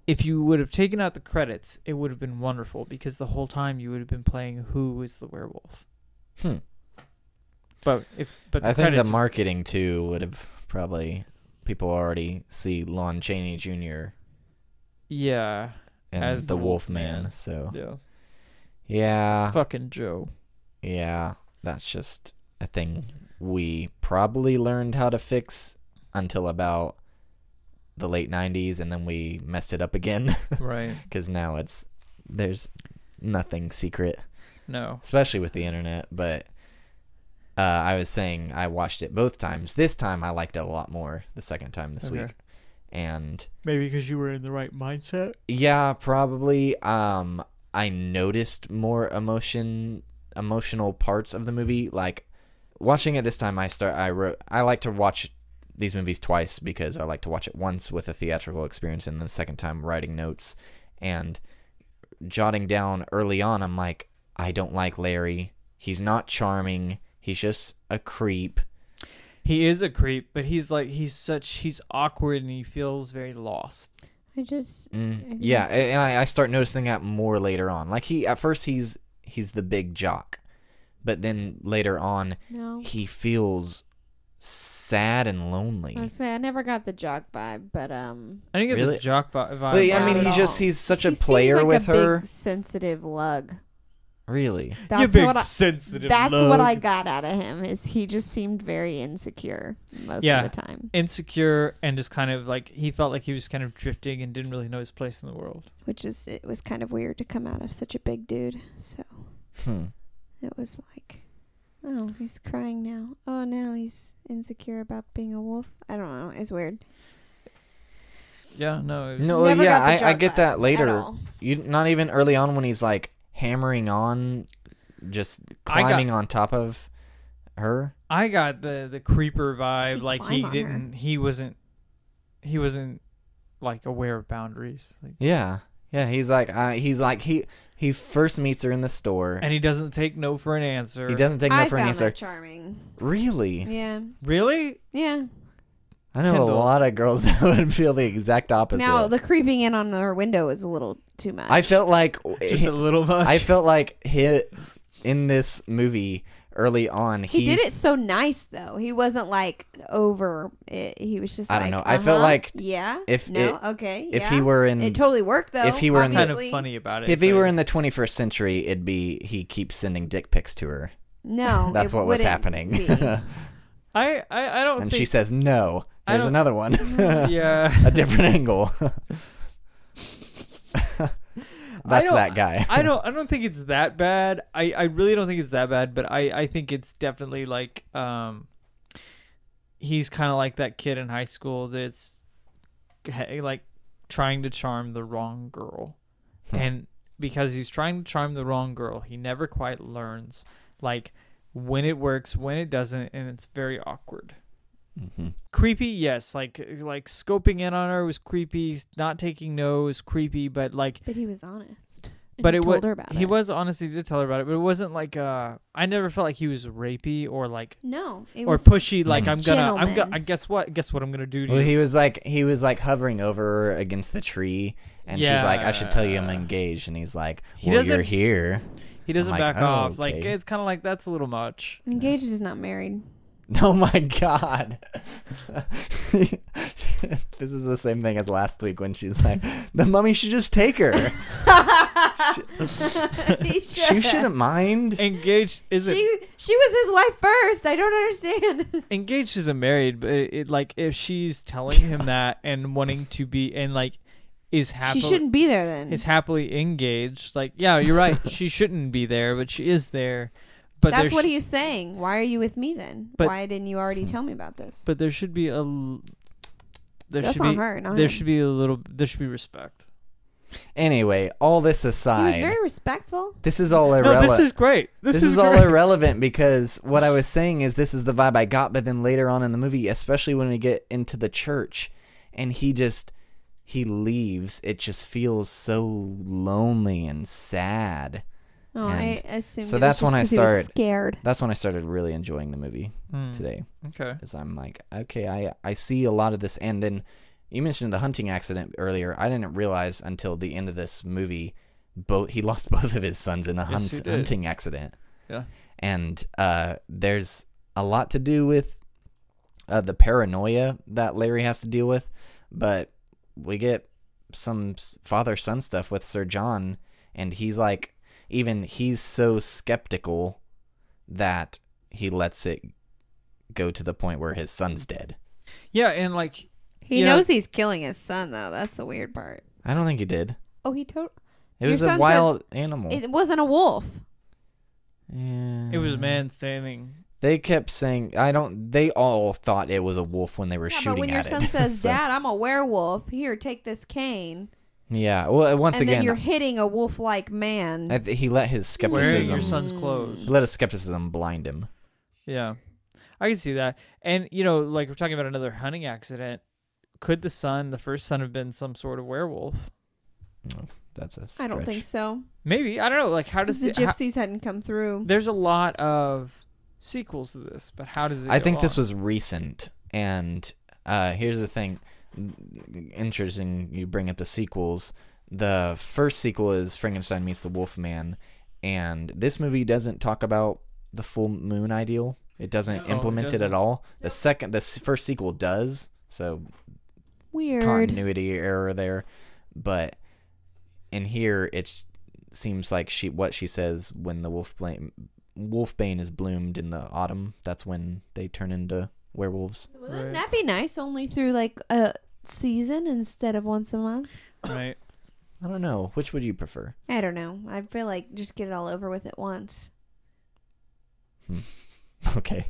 [SPEAKER 2] if you would have taken out the credits, it would have been wonderful because the whole time you would have been playing who is the werewolf.
[SPEAKER 1] Hmm.
[SPEAKER 2] But if but the
[SPEAKER 1] I think the
[SPEAKER 2] credits,
[SPEAKER 1] marketing too would have probably people already see Lon Chaney Jr.
[SPEAKER 2] yeah,
[SPEAKER 1] and
[SPEAKER 2] As
[SPEAKER 1] the
[SPEAKER 2] the
[SPEAKER 1] Wolf
[SPEAKER 2] Wolfman.
[SPEAKER 1] Man. So
[SPEAKER 2] yeah,
[SPEAKER 1] yeah,
[SPEAKER 2] fucking Joe.
[SPEAKER 1] yeah, that's just a thing we probably learned how to fix until about the late '90s, and then we messed it up again
[SPEAKER 2] right?
[SPEAKER 1] because now it's there's nothing secret.
[SPEAKER 2] No,
[SPEAKER 1] especially with the internet. But uh, I was saying I watched it both times. This time I liked it a lot more. The second time this
[SPEAKER 2] Okay.
[SPEAKER 1] week, and
[SPEAKER 2] maybe because you were in the right mindset.
[SPEAKER 1] yeah, probably um, I noticed more emotion, emotional parts of the movie. Like watching it this time, I start. I wrote. I like to watch these movies twice because I like to watch it once with a theatrical experience, and then the second time writing notes and jotting down early on. I'm like, I don't like Larry. He's not charming. He's just a creep.
[SPEAKER 2] He is a creep, but he's like he's such he's awkward and he feels very lost.
[SPEAKER 3] I just
[SPEAKER 1] Mm,
[SPEAKER 3] I
[SPEAKER 1] yeah,
[SPEAKER 3] guess.
[SPEAKER 1] a- and I, I start noticing that more later on. Like he at first he's he's the big jock, but then later on
[SPEAKER 3] no.
[SPEAKER 1] he feels sad and lonely.
[SPEAKER 3] I say I never got the jock vibe, but um,
[SPEAKER 2] I didn't get
[SPEAKER 1] Really?
[SPEAKER 2] the jock bo- vibe.
[SPEAKER 1] But yeah, I
[SPEAKER 3] Not
[SPEAKER 1] mean,
[SPEAKER 3] at
[SPEAKER 1] he's just
[SPEAKER 3] all.
[SPEAKER 1] he's such a
[SPEAKER 3] he seems
[SPEAKER 1] player
[SPEAKER 3] like
[SPEAKER 1] with
[SPEAKER 3] a
[SPEAKER 1] her.
[SPEAKER 3] big sensitive lug.
[SPEAKER 1] Really,
[SPEAKER 2] You're
[SPEAKER 3] That's
[SPEAKER 2] being
[SPEAKER 3] what I,
[SPEAKER 2] sensitive.
[SPEAKER 3] that's what
[SPEAKER 2] love.
[SPEAKER 3] I got out of him is he just seemed very insecure most
[SPEAKER 2] Yeah.
[SPEAKER 3] of the time,
[SPEAKER 2] insecure and just kind of like he felt like he was kind of drifting and didn't really know his place in the world.
[SPEAKER 3] which is it was kind of weird to come out of such a big dude. So
[SPEAKER 1] hmm.
[SPEAKER 3] it was like, oh, he's crying now. Oh, now he's insecure about being a wolf. I don't know. It's weird.
[SPEAKER 2] Yeah, no, it was,
[SPEAKER 1] No, well,
[SPEAKER 3] Never
[SPEAKER 1] Oh, yeah,
[SPEAKER 3] got the
[SPEAKER 1] I, I
[SPEAKER 3] jock
[SPEAKER 1] get
[SPEAKER 3] vibe
[SPEAKER 1] that
[SPEAKER 3] At
[SPEAKER 1] later.
[SPEAKER 3] all.
[SPEAKER 1] You not even early on when he's like hammering on, just
[SPEAKER 2] I got-
[SPEAKER 1] climbing on top of her.
[SPEAKER 2] I got the the creeper vibe.
[SPEAKER 3] He'd
[SPEAKER 2] like
[SPEAKER 3] climb
[SPEAKER 2] he
[SPEAKER 3] on her.
[SPEAKER 2] didn't. He wasn't. He wasn't like aware of boundaries. Like,
[SPEAKER 1] Yeah, yeah. He's like, I, he's like he he first meets her in the store.
[SPEAKER 2] and he doesn't take no for an answer.
[SPEAKER 1] he doesn't take no
[SPEAKER 3] I
[SPEAKER 1] for an
[SPEAKER 3] found
[SPEAKER 1] answer.
[SPEAKER 3] that charming.
[SPEAKER 1] Really,
[SPEAKER 3] Yeah,
[SPEAKER 2] really.
[SPEAKER 3] yeah.
[SPEAKER 1] I know a
[SPEAKER 2] Kendall.
[SPEAKER 1] lot of girls that would feel the exact opposite.
[SPEAKER 3] Now the creeping in on her window is a little too much.
[SPEAKER 1] I felt like
[SPEAKER 2] Just a little much.
[SPEAKER 1] I felt like he, in this movie early on.
[SPEAKER 3] he
[SPEAKER 1] he's,
[SPEAKER 3] did it so nice though. He wasn't like over it. He was just.
[SPEAKER 1] I don't
[SPEAKER 3] like,
[SPEAKER 1] know. I felt
[SPEAKER 3] uh-huh,
[SPEAKER 1] like
[SPEAKER 3] yeah.
[SPEAKER 1] if
[SPEAKER 3] no,
[SPEAKER 1] it-
[SPEAKER 3] okay.
[SPEAKER 1] If
[SPEAKER 3] yeah.
[SPEAKER 1] he were in,
[SPEAKER 3] it totally worked though.
[SPEAKER 1] if he were in the-
[SPEAKER 2] kind
[SPEAKER 3] obviously.
[SPEAKER 2] of funny about it.
[SPEAKER 1] if he
[SPEAKER 2] so-
[SPEAKER 1] were in the 21st century, it'd be he keeps sending dick pics to her.
[SPEAKER 3] No,
[SPEAKER 1] That's
[SPEAKER 3] it
[SPEAKER 1] what was
[SPEAKER 3] wouldn't
[SPEAKER 1] happening.
[SPEAKER 3] be.
[SPEAKER 2] I I, I don't
[SPEAKER 1] and
[SPEAKER 2] think.
[SPEAKER 1] she says no.
[SPEAKER 2] I
[SPEAKER 1] There's
[SPEAKER 2] don't-
[SPEAKER 1] another one,
[SPEAKER 2] yeah.
[SPEAKER 1] a different angle. That's
[SPEAKER 2] don't-
[SPEAKER 1] that guy.
[SPEAKER 2] I don't I don't think it's that bad. I, I really don't think it's that bad, but I, I think it's definitely like um he's kind of like that kid in high school that's hey, like trying to charm the wrong girl.
[SPEAKER 1] Hmm.
[SPEAKER 2] and because he's trying to charm the wrong girl, he never quite learns like when it works, when it doesn't, and it's very awkward.
[SPEAKER 1] Mhm.
[SPEAKER 2] Creepy, yes. Like like scoping in on her was creepy. Not taking no was creepy, but like
[SPEAKER 3] But he was honest. And
[SPEAKER 2] But
[SPEAKER 3] he
[SPEAKER 2] it wa-
[SPEAKER 3] told her about
[SPEAKER 2] he
[SPEAKER 3] it.
[SPEAKER 2] was honestly did tell her about it, but it wasn't like uh I never felt like he was rapey or like
[SPEAKER 3] no, it
[SPEAKER 2] or
[SPEAKER 3] was
[SPEAKER 2] pushy like
[SPEAKER 1] Mhm.
[SPEAKER 2] I'm gonna I'm gonna
[SPEAKER 3] Gentleman.
[SPEAKER 2] I guess what guess what I'm gonna do to
[SPEAKER 1] Well,
[SPEAKER 2] you.
[SPEAKER 1] he was like he was like hovering over her against the tree, and she's like, "I should tell you I'm
[SPEAKER 2] Yeah.
[SPEAKER 1] engaged," and he's like,
[SPEAKER 2] He
[SPEAKER 1] "Well, you're
[SPEAKER 2] doesn't-
[SPEAKER 1] here."
[SPEAKER 2] He doesn't
[SPEAKER 1] like,
[SPEAKER 2] back
[SPEAKER 1] oh,
[SPEAKER 2] off. Like
[SPEAKER 1] okay.
[SPEAKER 2] it's kinda like that's a little much.
[SPEAKER 3] Engaged is not married.
[SPEAKER 1] Oh my god. this is the same thing as last week when she's like, the mummy should just take her.
[SPEAKER 3] he
[SPEAKER 1] she shouldn't mind.
[SPEAKER 2] Engaged isn't
[SPEAKER 3] She she was his wife first. I don't understand.
[SPEAKER 2] engaged isn't married, but it, it like if she's telling him that and wanting to be and like is
[SPEAKER 3] she
[SPEAKER 2] happily
[SPEAKER 3] shouldn't be there then.
[SPEAKER 2] is happily engaged, like yeah, you're right. she shouldn't be there, but she is there. But
[SPEAKER 3] That's
[SPEAKER 2] there
[SPEAKER 3] what
[SPEAKER 2] sh-
[SPEAKER 3] he's saying. Why are you with me then?
[SPEAKER 2] But-
[SPEAKER 3] Why didn't you already tell me about this?
[SPEAKER 2] but there should be a l- there
[SPEAKER 3] That's
[SPEAKER 2] should
[SPEAKER 3] on
[SPEAKER 2] be
[SPEAKER 3] her, not
[SPEAKER 2] there
[SPEAKER 3] him.
[SPEAKER 2] should be a little there should be respect.
[SPEAKER 1] Anyway, all this
[SPEAKER 3] He was
[SPEAKER 1] aside,
[SPEAKER 3] very respectful.
[SPEAKER 1] this is all
[SPEAKER 2] No,
[SPEAKER 1] irrelevant.
[SPEAKER 2] this is great. This,
[SPEAKER 1] This
[SPEAKER 2] is,
[SPEAKER 1] is all
[SPEAKER 2] great.
[SPEAKER 1] irrelevant because what I was saying is this is the vibe I got, but then later on in the movie, especially when we get into the church and he just he leaves, it just feels so lonely and sad.
[SPEAKER 3] Oh, I assumed.
[SPEAKER 1] so
[SPEAKER 3] it was
[SPEAKER 1] that's
[SPEAKER 3] just
[SPEAKER 1] when I
[SPEAKER 3] 'cause he was
[SPEAKER 1] started-
[SPEAKER 3] scared.
[SPEAKER 1] That's when I started really enjoying the movie
[SPEAKER 2] Hmm,
[SPEAKER 1] today.
[SPEAKER 2] Okay.
[SPEAKER 1] because I'm like, okay, I I see a lot of this. And then you mentioned the hunting accident earlier. I didn't realize until the end of this movie, both he lost both of his sons in a
[SPEAKER 2] Yes, he
[SPEAKER 1] hunt,
[SPEAKER 2] did.
[SPEAKER 1] hunting accident.
[SPEAKER 2] Yeah.
[SPEAKER 1] and uh, there's a lot to do with uh, the paranoia that Larry has to deal with, but we get some father son stuff with Sir John, and he's like, even he's so skeptical that he lets it go to the point where his son's dead.
[SPEAKER 2] Yeah, and like
[SPEAKER 3] He
[SPEAKER 2] You know-
[SPEAKER 3] knows he's killing his son though. That's the weird part.
[SPEAKER 1] I don't think he did.
[SPEAKER 3] Oh, he told.
[SPEAKER 1] It
[SPEAKER 3] Your
[SPEAKER 1] was a
[SPEAKER 3] son
[SPEAKER 1] wild animal.
[SPEAKER 3] It wasn't a wolf.
[SPEAKER 1] yeah.
[SPEAKER 2] it was a man standing.
[SPEAKER 1] They kept saying, "I don't." They all thought it was a wolf when they were
[SPEAKER 3] Yeah,
[SPEAKER 1] shooting
[SPEAKER 3] but when
[SPEAKER 1] at
[SPEAKER 3] your
[SPEAKER 1] it.
[SPEAKER 3] son says,
[SPEAKER 1] So-
[SPEAKER 3] "Dad, I'm a werewolf. Here, take this cane,"
[SPEAKER 1] Yeah. Well, once
[SPEAKER 3] and then you're
[SPEAKER 1] again,
[SPEAKER 3] hitting a wolf-like man.
[SPEAKER 1] I th- he let his
[SPEAKER 2] Wearing
[SPEAKER 1] skepticism
[SPEAKER 2] your son's clothes.
[SPEAKER 1] let his skepticism blind him.
[SPEAKER 3] Hmm.
[SPEAKER 2] Yeah. I can see that. And you know, like we're talking about another hunting accident. Could the son, the first son, have been some sort of werewolf?
[SPEAKER 1] That's a
[SPEAKER 3] I don't think
[SPEAKER 1] stretch.
[SPEAKER 3] so.
[SPEAKER 2] Maybe I don't know. Like, how does
[SPEAKER 3] the
[SPEAKER 2] it? how-
[SPEAKER 3] gypsies hadn't come through.
[SPEAKER 2] there's a lot of sequels to this, but how does it?
[SPEAKER 1] I
[SPEAKER 2] go
[SPEAKER 1] think this
[SPEAKER 2] on?
[SPEAKER 1] was recent, and uh, here's the thing: interesting you bring up the sequels. The first sequel is Frankenstein meets the Wolfman, and this movie doesn't talk about the full moon ideal. It doesn't
[SPEAKER 2] No, it
[SPEAKER 1] implement it,
[SPEAKER 2] doesn't.
[SPEAKER 1] at all. The second, the s- first sequel does. So
[SPEAKER 3] Weird.
[SPEAKER 1] continuity error there, but in here it s- seems like she what she says when the wolf blame, wolfbane is bloomed in the autumn. That's when they turn into werewolves.
[SPEAKER 3] Wouldn't
[SPEAKER 2] Right.
[SPEAKER 3] that be nice? Only through like a season instead of once a month.
[SPEAKER 2] right?
[SPEAKER 1] I don't know which would you prefer.
[SPEAKER 3] I don't know. I feel like just get it all over with at once.
[SPEAKER 1] Okay,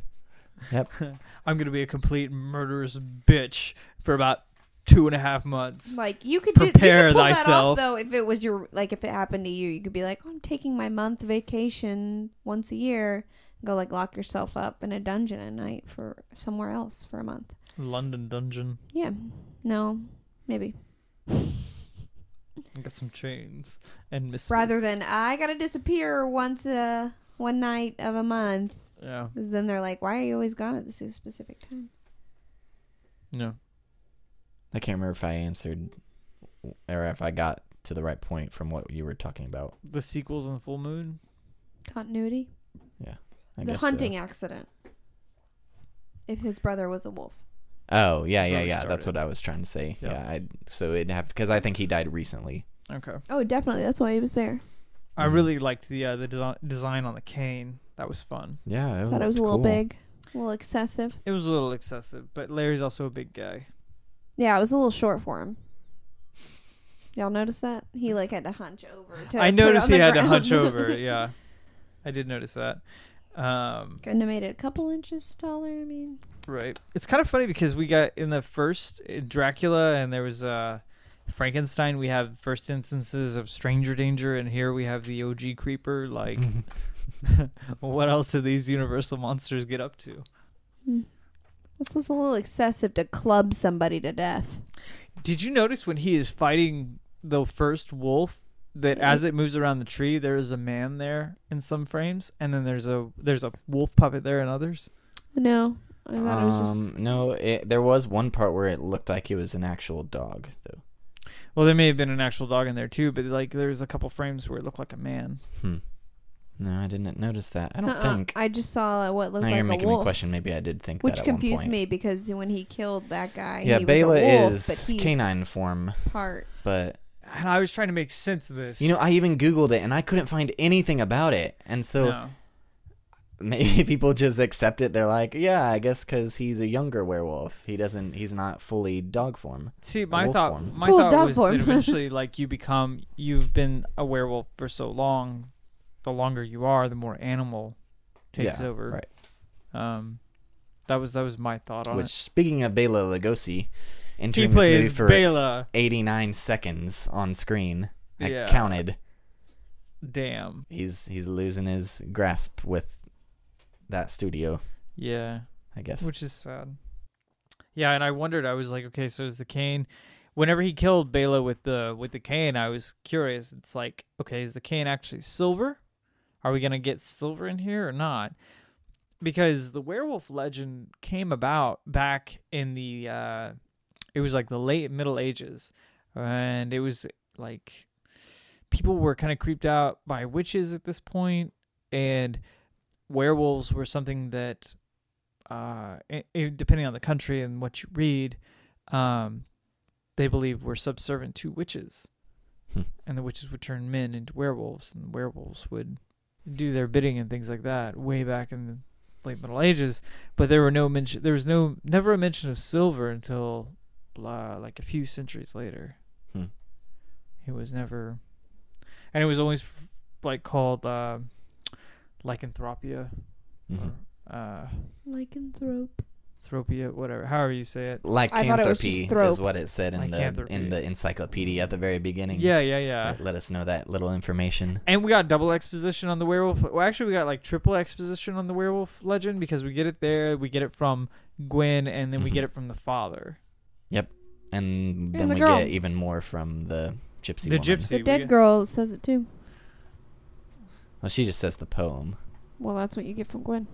[SPEAKER 2] I'm gonna be a complete murderous bitch for about two and a half months.
[SPEAKER 3] Like you could do, you
[SPEAKER 2] Prepare
[SPEAKER 3] could pull
[SPEAKER 2] thyself.
[SPEAKER 3] that off though if it was your like if it happened to you, you could be like, oh, I'm taking my month vacation once a year. Go like lock yourself up in a dungeon at night for somewhere else for a month.
[SPEAKER 2] London dungeon.
[SPEAKER 3] Yeah, no, maybe
[SPEAKER 2] I got some chains and miss.
[SPEAKER 3] rather than I gotta disappear once a one night of a month.
[SPEAKER 2] yeah,
[SPEAKER 3] 'Cause then they're like, why are you always gone at this specific time?
[SPEAKER 2] no.
[SPEAKER 1] I can't remember if I answered or if I got to the right point from what you were talking about.
[SPEAKER 2] The sequels on the full moon.
[SPEAKER 3] Continuity.
[SPEAKER 1] I
[SPEAKER 3] the
[SPEAKER 1] guess uh, so.
[SPEAKER 3] hunting accident. If his brother was a wolf.
[SPEAKER 1] Oh yeah, yeah,
[SPEAKER 2] That's where we
[SPEAKER 1] yeah. That's
[SPEAKER 2] started.
[SPEAKER 1] what I was trying to say.
[SPEAKER 2] Yeah.
[SPEAKER 1] Yeah, I, so it'd have because I think he died recently.
[SPEAKER 2] Okay.
[SPEAKER 3] Oh, definitely. That's why he was there.
[SPEAKER 2] I
[SPEAKER 1] Mhm.
[SPEAKER 2] really liked the uh, the desi design on the cane. That was fun.
[SPEAKER 1] Yeah,
[SPEAKER 3] Thought it was a little big, a little excessive.
[SPEAKER 2] It was a little excessive, but Larry's also a big guy.
[SPEAKER 3] Yeah, it was a little short for him. Y'all notice that he like had to hunch over. To
[SPEAKER 2] I
[SPEAKER 3] put it
[SPEAKER 2] noticed
[SPEAKER 3] on
[SPEAKER 2] he
[SPEAKER 3] the
[SPEAKER 2] had to
[SPEAKER 3] ground.
[SPEAKER 2] hunch over. Yeah, I did notice that. Um,
[SPEAKER 3] Couldn't have made it a couple inches taller. I mean,
[SPEAKER 2] Right. It's kind of funny because we got in the first in Dracula and there was uh, Frankenstein. We have first instances of Stranger Danger, and here we have the OG Creeper. Like, what else did these Universal monsters get up to?
[SPEAKER 3] this was a little excessive to club somebody to death.
[SPEAKER 2] Did you notice when he is fighting the first wolf that as it moves around the tree, there is a man there in some frames, and then there's a there's a wolf puppet there in others.
[SPEAKER 3] No, I thought it was just.
[SPEAKER 1] Um, no, it, there was one part where it looked like it was an actual dog, though.
[SPEAKER 2] Well, there may have been an actual dog in there too, but like there's a couple frames where it looked like a man.
[SPEAKER 1] Hmm. No, I didn't notice that. I don't
[SPEAKER 3] Uh-uh.
[SPEAKER 1] think.
[SPEAKER 3] I just saw what looked
[SPEAKER 1] now
[SPEAKER 3] like
[SPEAKER 1] you're
[SPEAKER 3] a
[SPEAKER 1] making me
[SPEAKER 3] wolf,
[SPEAKER 1] question. Maybe I did think
[SPEAKER 3] which
[SPEAKER 1] that. at one
[SPEAKER 3] confused
[SPEAKER 1] point.
[SPEAKER 3] me because when he killed that guy,
[SPEAKER 1] Yeah,
[SPEAKER 3] he
[SPEAKER 1] Bela
[SPEAKER 3] was a wolf, but
[SPEAKER 1] is
[SPEAKER 3] he's
[SPEAKER 1] canine form,
[SPEAKER 3] part.
[SPEAKER 1] but
[SPEAKER 2] And I was trying to make sense of this.
[SPEAKER 1] you know, I even googled it and I couldn't find anything about it. And so
[SPEAKER 2] No.
[SPEAKER 1] maybe people just accept it. They're like, yeah, I guess because he's a younger werewolf, he doesn't, he's not fully dog form.
[SPEAKER 2] See, my
[SPEAKER 1] wolf
[SPEAKER 2] thought,
[SPEAKER 1] form.
[SPEAKER 2] my
[SPEAKER 3] Cool
[SPEAKER 2] thought
[SPEAKER 3] dog
[SPEAKER 2] was
[SPEAKER 3] form.
[SPEAKER 2] that eventually, like you become, you've been a werewolf for so long. The longer you are, the more animal takes
[SPEAKER 1] Yeah,
[SPEAKER 2] over. Right. Um, that was that was my thought on
[SPEAKER 1] Which, speaking of Bela Lugosi,
[SPEAKER 2] it.
[SPEAKER 1] entering this movie
[SPEAKER 2] He plays
[SPEAKER 1] for
[SPEAKER 2] Bela.
[SPEAKER 1] 89 seconds on screen. I
[SPEAKER 2] Yeah.
[SPEAKER 1] counted.
[SPEAKER 2] Damn.
[SPEAKER 1] he's he's losing his grasp with that studio,
[SPEAKER 2] Yeah.
[SPEAKER 1] I guess.
[SPEAKER 2] Which is sad. Yeah, and I wondered. I was like, okay, so is the cane? Whenever he killed Bela with the with the cane, I was curious. It's like, okay, is the cane actually silver? Are we gonna get silver in here or not? Because the werewolf legend came about back in the uh, it was like the late Middle Ages, and it was like people were kind of creeped out by witches at this point, and werewolves were something that uh, i- i- depending on the country and what you read, um, they believe we're subservient to witches,
[SPEAKER 1] Hmm.
[SPEAKER 2] and the witches would turn men into werewolves, and werewolves would do their bidding and things like that. Way back in the late Middle Ages, but there were no mention. There was no never a mention of silver until uh, like a few centuries later.
[SPEAKER 1] Hmm.
[SPEAKER 2] It was never, and it was always like called uh, lycanthropia.
[SPEAKER 1] Mhm.
[SPEAKER 2] Or, uh,
[SPEAKER 3] Lycanthrope.
[SPEAKER 2] Thropia, whatever, however you say it.
[SPEAKER 3] I thought it was just
[SPEAKER 1] Lycanthropy is
[SPEAKER 3] thrope.
[SPEAKER 1] what it said in the
[SPEAKER 2] Lycanthropy.
[SPEAKER 1] in the encyclopedia at the very beginning.
[SPEAKER 2] Yeah, yeah, yeah.
[SPEAKER 1] It Let us know that little information.
[SPEAKER 2] And we got double exposition on the werewolf. Well, actually, we got like triple exposition on the werewolf legend because we get it there, we get it from Gwen, and then we
[SPEAKER 1] Mhm.
[SPEAKER 2] get it from the father,
[SPEAKER 1] And then
[SPEAKER 3] the
[SPEAKER 1] we
[SPEAKER 3] girl.
[SPEAKER 1] get even more from the gypsy
[SPEAKER 2] the
[SPEAKER 1] woman.
[SPEAKER 2] gypsy.
[SPEAKER 3] The
[SPEAKER 2] we
[SPEAKER 3] dead
[SPEAKER 2] get-
[SPEAKER 3] girl says it too.
[SPEAKER 1] Well, she just says the poem.
[SPEAKER 3] Well, that's what you get from Gwen.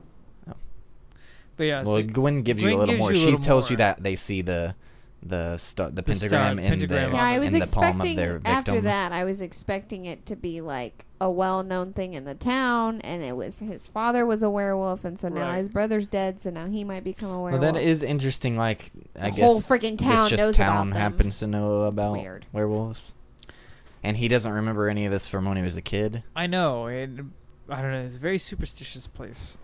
[SPEAKER 2] But yeah,
[SPEAKER 1] well,
[SPEAKER 2] so
[SPEAKER 1] Gwen gives you
[SPEAKER 2] Gwen
[SPEAKER 1] a little
[SPEAKER 2] gives
[SPEAKER 1] more.
[SPEAKER 2] you a
[SPEAKER 1] she
[SPEAKER 2] little
[SPEAKER 1] tells you
[SPEAKER 2] more.
[SPEAKER 1] that they see the the stu- the
[SPEAKER 4] The star-
[SPEAKER 1] pentagram, in
[SPEAKER 4] pentagram
[SPEAKER 1] the,
[SPEAKER 4] on
[SPEAKER 3] Yeah, I
[SPEAKER 4] them.
[SPEAKER 3] was
[SPEAKER 1] in the palm of
[SPEAKER 3] expecting
[SPEAKER 1] their victim.
[SPEAKER 3] after that. I was expecting it to be like a well-known thing in the town, and it was his father was a werewolf, and so now
[SPEAKER 4] Right.
[SPEAKER 3] his brother's dead, so now he might become a
[SPEAKER 1] Well,
[SPEAKER 3] werewolf.
[SPEAKER 1] that is interesting. Like I
[SPEAKER 3] the
[SPEAKER 1] guess
[SPEAKER 3] whole freaking town
[SPEAKER 1] this just
[SPEAKER 3] knows
[SPEAKER 1] town
[SPEAKER 3] about them.
[SPEAKER 1] happens to know about
[SPEAKER 3] weird.
[SPEAKER 1] werewolves, and he doesn't remember any of this from when he was a kid.
[SPEAKER 4] I know, and I don't know. It's a very superstitious place.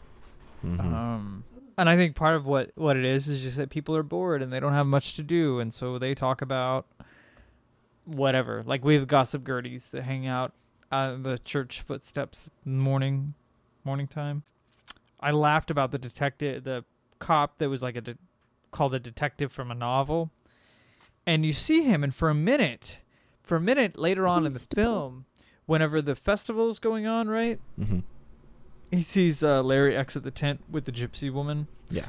[SPEAKER 1] Mhm.
[SPEAKER 4] Um, and I think part of what what it is is just that people are bored and they don't have much to do, and so they talk about whatever. Like we have gossip girdies that hang out at the church footsteps morning, morning time. I laughed about the detective, the cop that was like a de- called a detective from a novel, and you see him, and for a minute, for a minute later on in the
[SPEAKER 3] Constable.
[SPEAKER 4] film, Um, whenever the festival's going on, right?
[SPEAKER 1] Mhm.
[SPEAKER 4] he sees uh, Larry exit the tent with the gypsy woman.
[SPEAKER 1] Yeah.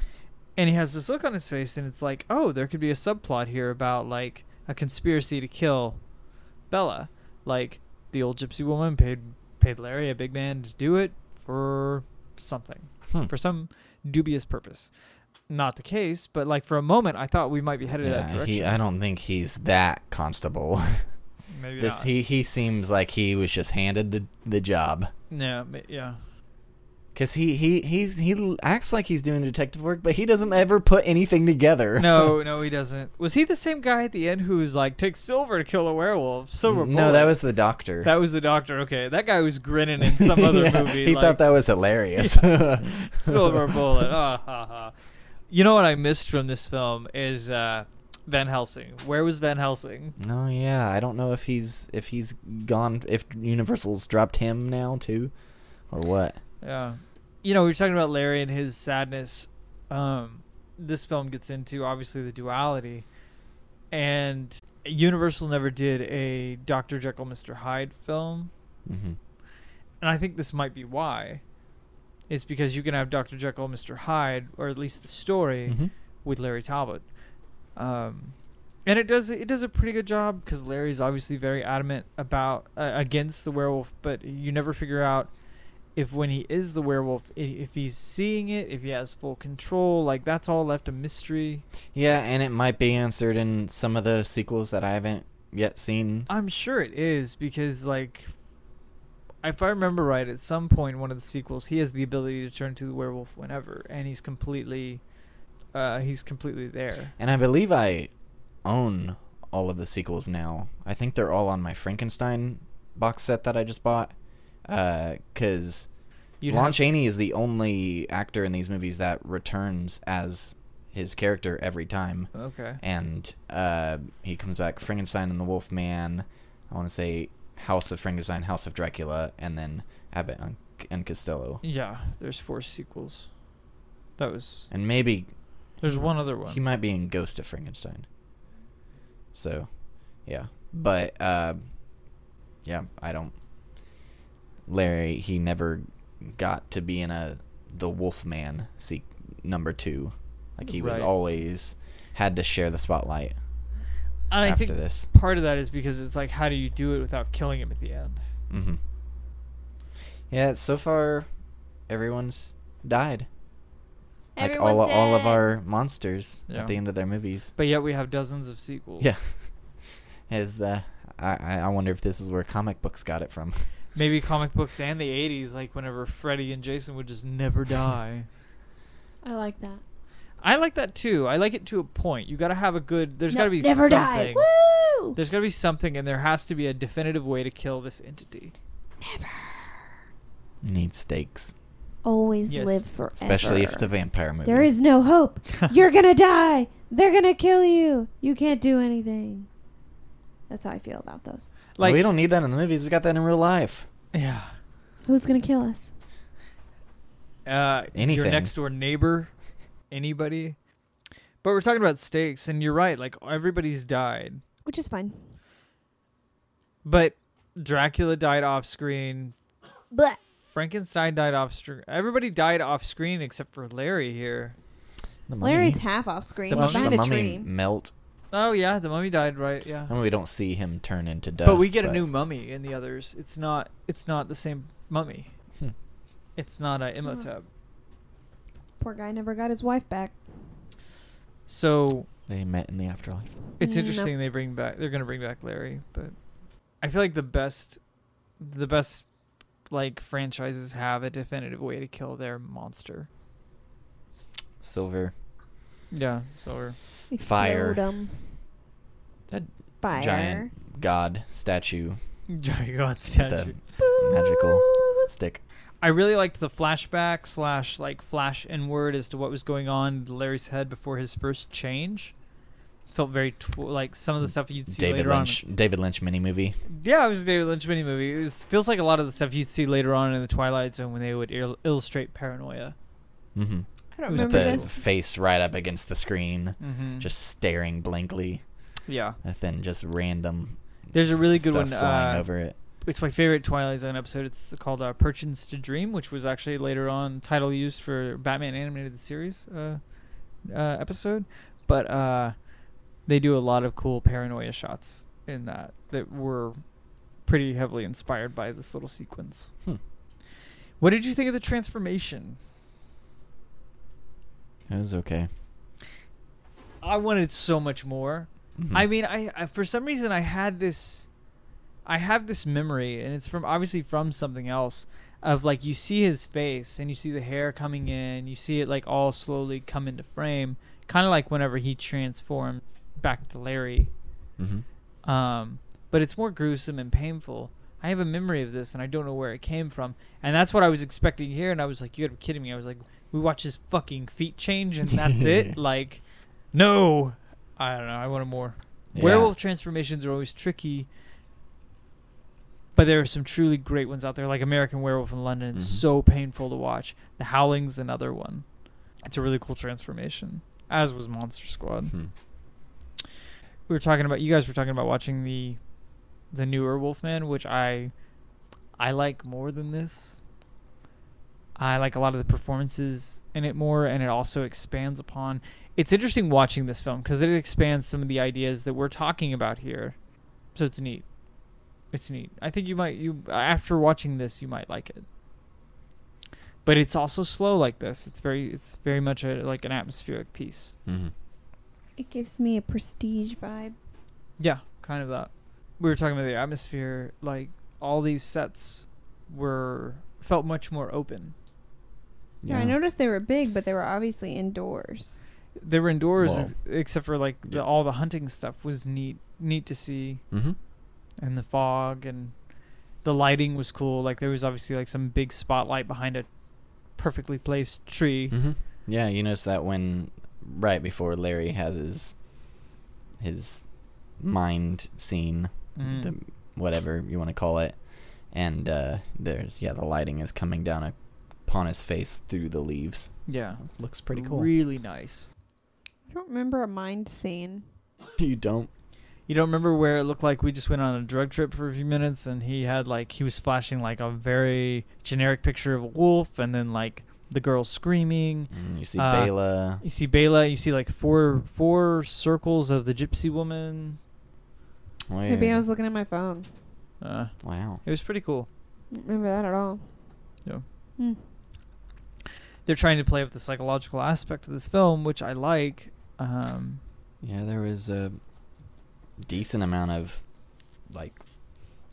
[SPEAKER 4] And he has this look on his face, and it's like, oh, there could be a subplot here about like a conspiracy to kill Bella. Like the old gypsy woman paid paid Larry a big man to do it for something,
[SPEAKER 1] Hmm.
[SPEAKER 4] for some dubious purpose. Not the case, but like for a moment, I thought we might be headed that
[SPEAKER 1] Yeah,
[SPEAKER 4] direction.
[SPEAKER 1] he, I don't think he's that constable.
[SPEAKER 4] Maybe
[SPEAKER 1] this
[SPEAKER 4] not.
[SPEAKER 1] he he seems like he was just handed the the job.
[SPEAKER 4] No, ma- yeah.
[SPEAKER 1] Cause he he he's he l- acts like he's doing detective work, but he doesn't ever put anything together.
[SPEAKER 4] No, no, he doesn't. Was he the same guy at the end who's like, take silver to kill a werewolf? Silver.
[SPEAKER 1] no, that
[SPEAKER 4] bullet."
[SPEAKER 1] was the doctor.
[SPEAKER 4] That was the doctor. Okay, that guy was grinning in some other
[SPEAKER 1] Yeah,
[SPEAKER 4] movie.
[SPEAKER 1] He
[SPEAKER 4] like,
[SPEAKER 1] thought that was hilarious.
[SPEAKER 4] silver bullet. Ah, ha, ha. You know what I missed from this film is uh, Van Helsing. Where was Van Helsing?
[SPEAKER 1] Oh yeah, I don't know if he's if he's gone if Universal's dropped him now too, or what.
[SPEAKER 4] Yeah, you know we were talking about Larry and his sadness. Um, this film gets into obviously the duality, and Universal never did a Doctor Jekyll, Mister Hyde film.
[SPEAKER 1] Mm-hmm.
[SPEAKER 4] and I think this might be why, is because you can have Dr. Jekyll and Mr. Hyde, or at least the story,
[SPEAKER 1] Mhm.
[SPEAKER 4] with Larry Talbot. Um, and it does it does a pretty good job because Larry's obviously very adamant about uh, against the werewolf, but you never figure out if when he is the werewolf, i- if he's seeing it, if he has full control, like that's all left a mystery.
[SPEAKER 1] Yeah, and it might be answered in some of the sequels that I haven't yet seen.
[SPEAKER 4] I'm sure it is because like if I remember right, at some point in one of the sequels, he has the ability to turn to the werewolf whenever, and he's completely, uh, he's completely there.
[SPEAKER 1] And I believe I own all of the sequels now. I think they're all on my Frankenstein box set that I just bought. Because
[SPEAKER 4] You'd
[SPEAKER 1] Lon
[SPEAKER 4] have-
[SPEAKER 1] Chaney is the only actor in these movies that returns as his character every time.
[SPEAKER 4] Okay.
[SPEAKER 1] And uh, he comes back Frankenstein and the Wolfman. I want to say House of Frankenstein, House of Dracula, and then Abbott and- and Costello.
[SPEAKER 4] Yeah, there's four sequels. That was.
[SPEAKER 1] And maybe
[SPEAKER 4] There's one other one.
[SPEAKER 1] He might be in Ghost of Frankenstein. So, yeah. But uh, yeah, I don't. Larry, he never got to be in a the Wolfman seek number two. Like he was
[SPEAKER 4] Right.
[SPEAKER 1] always had to share the spotlight.
[SPEAKER 4] and I
[SPEAKER 1] after
[SPEAKER 4] think
[SPEAKER 1] this.
[SPEAKER 4] part of that is because it's like, how do you do it without killing him at the end?
[SPEAKER 1] Mm-hmm. Yeah, so far, everyone's died.
[SPEAKER 3] Everyone's
[SPEAKER 1] like all all of
[SPEAKER 3] dead.
[SPEAKER 1] our monsters
[SPEAKER 4] Yeah.
[SPEAKER 1] at the end of their movies.
[SPEAKER 4] But yet we have dozens of sequels.
[SPEAKER 1] Yeah. Is the I I I wonder if this is where comic books got it from.
[SPEAKER 4] Maybe comic books and the '80s, like whenever Freddy and Jason would just never die.
[SPEAKER 3] I like that.
[SPEAKER 4] I like that too. I like it to a point. You got to have a good. There's
[SPEAKER 3] No-
[SPEAKER 4] got to be
[SPEAKER 3] never die.
[SPEAKER 4] something.
[SPEAKER 3] Woo!
[SPEAKER 4] There's got to be something, and there has to be a definitive way to kill this entity.
[SPEAKER 1] Need stakes,
[SPEAKER 2] Always
[SPEAKER 4] Yes.
[SPEAKER 2] live forever.
[SPEAKER 1] especially if the vampire movie.
[SPEAKER 2] There is no hope. You're gonna die. They're gonna kill you. You can't do anything. That's how I feel about those.
[SPEAKER 1] like we don't need that in the movies. We got that in real life.
[SPEAKER 4] Yeah.
[SPEAKER 2] Who's gonna kill us?
[SPEAKER 4] Uh, Your
[SPEAKER 1] Anything.
[SPEAKER 4] next door neighbor, anybody. But we're talking about stakes, and you're right. Like everybody's died,
[SPEAKER 2] Which is fine.
[SPEAKER 4] but Dracula died off screen.
[SPEAKER 2] But
[SPEAKER 4] Frankenstein died off screen. Everybody died off screen except for Larry here.
[SPEAKER 1] The mummy,
[SPEAKER 2] Larry's half off screen.
[SPEAKER 1] the
[SPEAKER 4] Well,
[SPEAKER 1] mummy, the
[SPEAKER 2] He's behind a
[SPEAKER 1] mummy
[SPEAKER 2] tree.
[SPEAKER 1] melt.
[SPEAKER 4] Oh yeah, the mummy died right. Yeah.
[SPEAKER 1] I mean, we don't see him turn into dust.
[SPEAKER 4] but we get a new mummy in the others. It's not. It's not the same mummy.
[SPEAKER 1] Hmm.
[SPEAKER 4] It's not a
[SPEAKER 2] Hmm.
[SPEAKER 4] Imhotep.
[SPEAKER 2] Poor guy never got his wife back.
[SPEAKER 4] So
[SPEAKER 1] They met in the afterlife.
[SPEAKER 2] It's
[SPEAKER 3] No.
[SPEAKER 2] interesting they bring back they're gonna bring back Larry, but I feel like the best the best like franchises have a definitive way to kill their monster.
[SPEAKER 1] Silver.
[SPEAKER 2] Yeah, so we're
[SPEAKER 1] Fire.
[SPEAKER 4] Explode 'em.
[SPEAKER 1] That
[SPEAKER 4] Fire.
[SPEAKER 1] giant God statue.
[SPEAKER 2] Dragon God
[SPEAKER 1] the
[SPEAKER 2] statue.
[SPEAKER 1] magical stick.
[SPEAKER 2] I really liked the flashback slash like flash inward as to what was going on in Larry's head before his first change. Felt very tw- like some of the stuff you'd see
[SPEAKER 1] David
[SPEAKER 2] later
[SPEAKER 1] Lynch. David Lynch mini movie.
[SPEAKER 2] on. Yeah, it was a David Lynch mini movie. It was, feels like a lot of the stuff you'd see later on in the Twilight Zone when they would il- illustrate paranoia.
[SPEAKER 1] Mm-hmm.
[SPEAKER 4] I don't
[SPEAKER 2] Who's
[SPEAKER 1] With
[SPEAKER 4] remember
[SPEAKER 1] the
[SPEAKER 4] this.
[SPEAKER 1] face right up against the screen,
[SPEAKER 2] Mm-hmm.
[SPEAKER 1] just staring blankly,
[SPEAKER 2] yeah.
[SPEAKER 1] and then just random.
[SPEAKER 2] There's a really
[SPEAKER 1] s-
[SPEAKER 2] good
[SPEAKER 1] stuff
[SPEAKER 2] one,
[SPEAKER 1] flying
[SPEAKER 2] uh,
[SPEAKER 1] over it.
[SPEAKER 2] It's my favorite Twilight Zone episode. It's called uh, "Perchance to Dream," which was actually later on title used for Batman animated series uh, uh, episode. But uh, they do a lot of cool paranoia shots in that that were pretty heavily inspired by this little sequence.
[SPEAKER 1] Hmm.
[SPEAKER 2] What did you think of the transformation?
[SPEAKER 1] It was okay.
[SPEAKER 2] I wanted so much more.
[SPEAKER 1] Mhm.
[SPEAKER 2] I mean, I, I for some reason I had this, I have this memory, and it's from obviously from something else. Of like you see his face and you see the hair coming in, you see it like all slowly come into frame, kind of like whenever he transformed back to Larry.
[SPEAKER 1] Mhm.
[SPEAKER 2] Um, but it's more gruesome and painful. I have a memory of this, and I don't know where it came from, and that's what I was expecting here. And I was like, "You gotta be kidding me!" I was like, "We watch his fucking feet change, and that's it." Like, no, I don't know. I wanted more.
[SPEAKER 1] Yeah.
[SPEAKER 2] Werewolf transformations are always tricky, but there are some truly great ones out there, like American Werewolf in London. It's
[SPEAKER 1] Mhm.
[SPEAKER 2] so painful to watch. The Howling's another one. It's a really cool transformation, as was Monster Squad.
[SPEAKER 1] Mhm.
[SPEAKER 2] We were talking about you guys were talking about watching the the newer Wolfman, which I I like more than this. I like a lot of the performances in it more, and it also expands upon. It's interesting watching this film because it expands some of the ideas that we're talking about here. So it's neat. It's neat. I think you might you after watching this you might like it. But it's also slow like this. It's very it's very much a, like an atmospheric piece.
[SPEAKER 1] Mhm.
[SPEAKER 3] It gives me a prestige vibe.
[SPEAKER 2] Yeah, kind of that. We were talking about the atmosphere. Like all these sets were felt much more open.
[SPEAKER 3] Yeah. I noticed they were big, but they were obviously indoors.
[SPEAKER 2] They were indoors,
[SPEAKER 1] Well-
[SPEAKER 2] ex- except for like the,
[SPEAKER 1] Yeah.
[SPEAKER 2] all the hunting stuff was neat. Neat to see.
[SPEAKER 1] Mhm.
[SPEAKER 2] and the fog and the lighting was cool. Like there was obviously like some big spotlight behind a perfectly placed tree.
[SPEAKER 1] Mhm. Yeah, you notice that when right before Larry has his his mind scene,
[SPEAKER 2] Mm.
[SPEAKER 1] the, whatever you want to call it, and uh, there's yeah the lighting is coming down upon his face through the leaves. Uh,
[SPEAKER 2] Yeah,
[SPEAKER 1] Looks pretty cool.
[SPEAKER 2] Really nice.
[SPEAKER 3] I don't remember a mind scene.
[SPEAKER 1] you don't.
[SPEAKER 2] You don't remember where it looked like we just went on a drug trip for a few minutes, and he had like he was flashing like a very generic picture of a wolf, and then like the girl screaming.
[SPEAKER 1] Mm, you see
[SPEAKER 2] Uh,
[SPEAKER 1] Bela.
[SPEAKER 2] You see Bela. You see like four four circles of the gypsy woman.
[SPEAKER 3] Maybe
[SPEAKER 1] Wait.
[SPEAKER 3] I was looking at my phone.
[SPEAKER 2] Uh,
[SPEAKER 1] wow.
[SPEAKER 2] it was pretty cool.
[SPEAKER 3] Don't remember that at all.
[SPEAKER 2] Yeah.
[SPEAKER 3] Hmm.
[SPEAKER 2] they're trying to play with the psychological aspect of this film, which I like. Um,
[SPEAKER 1] Yeah, there was a decent amount of like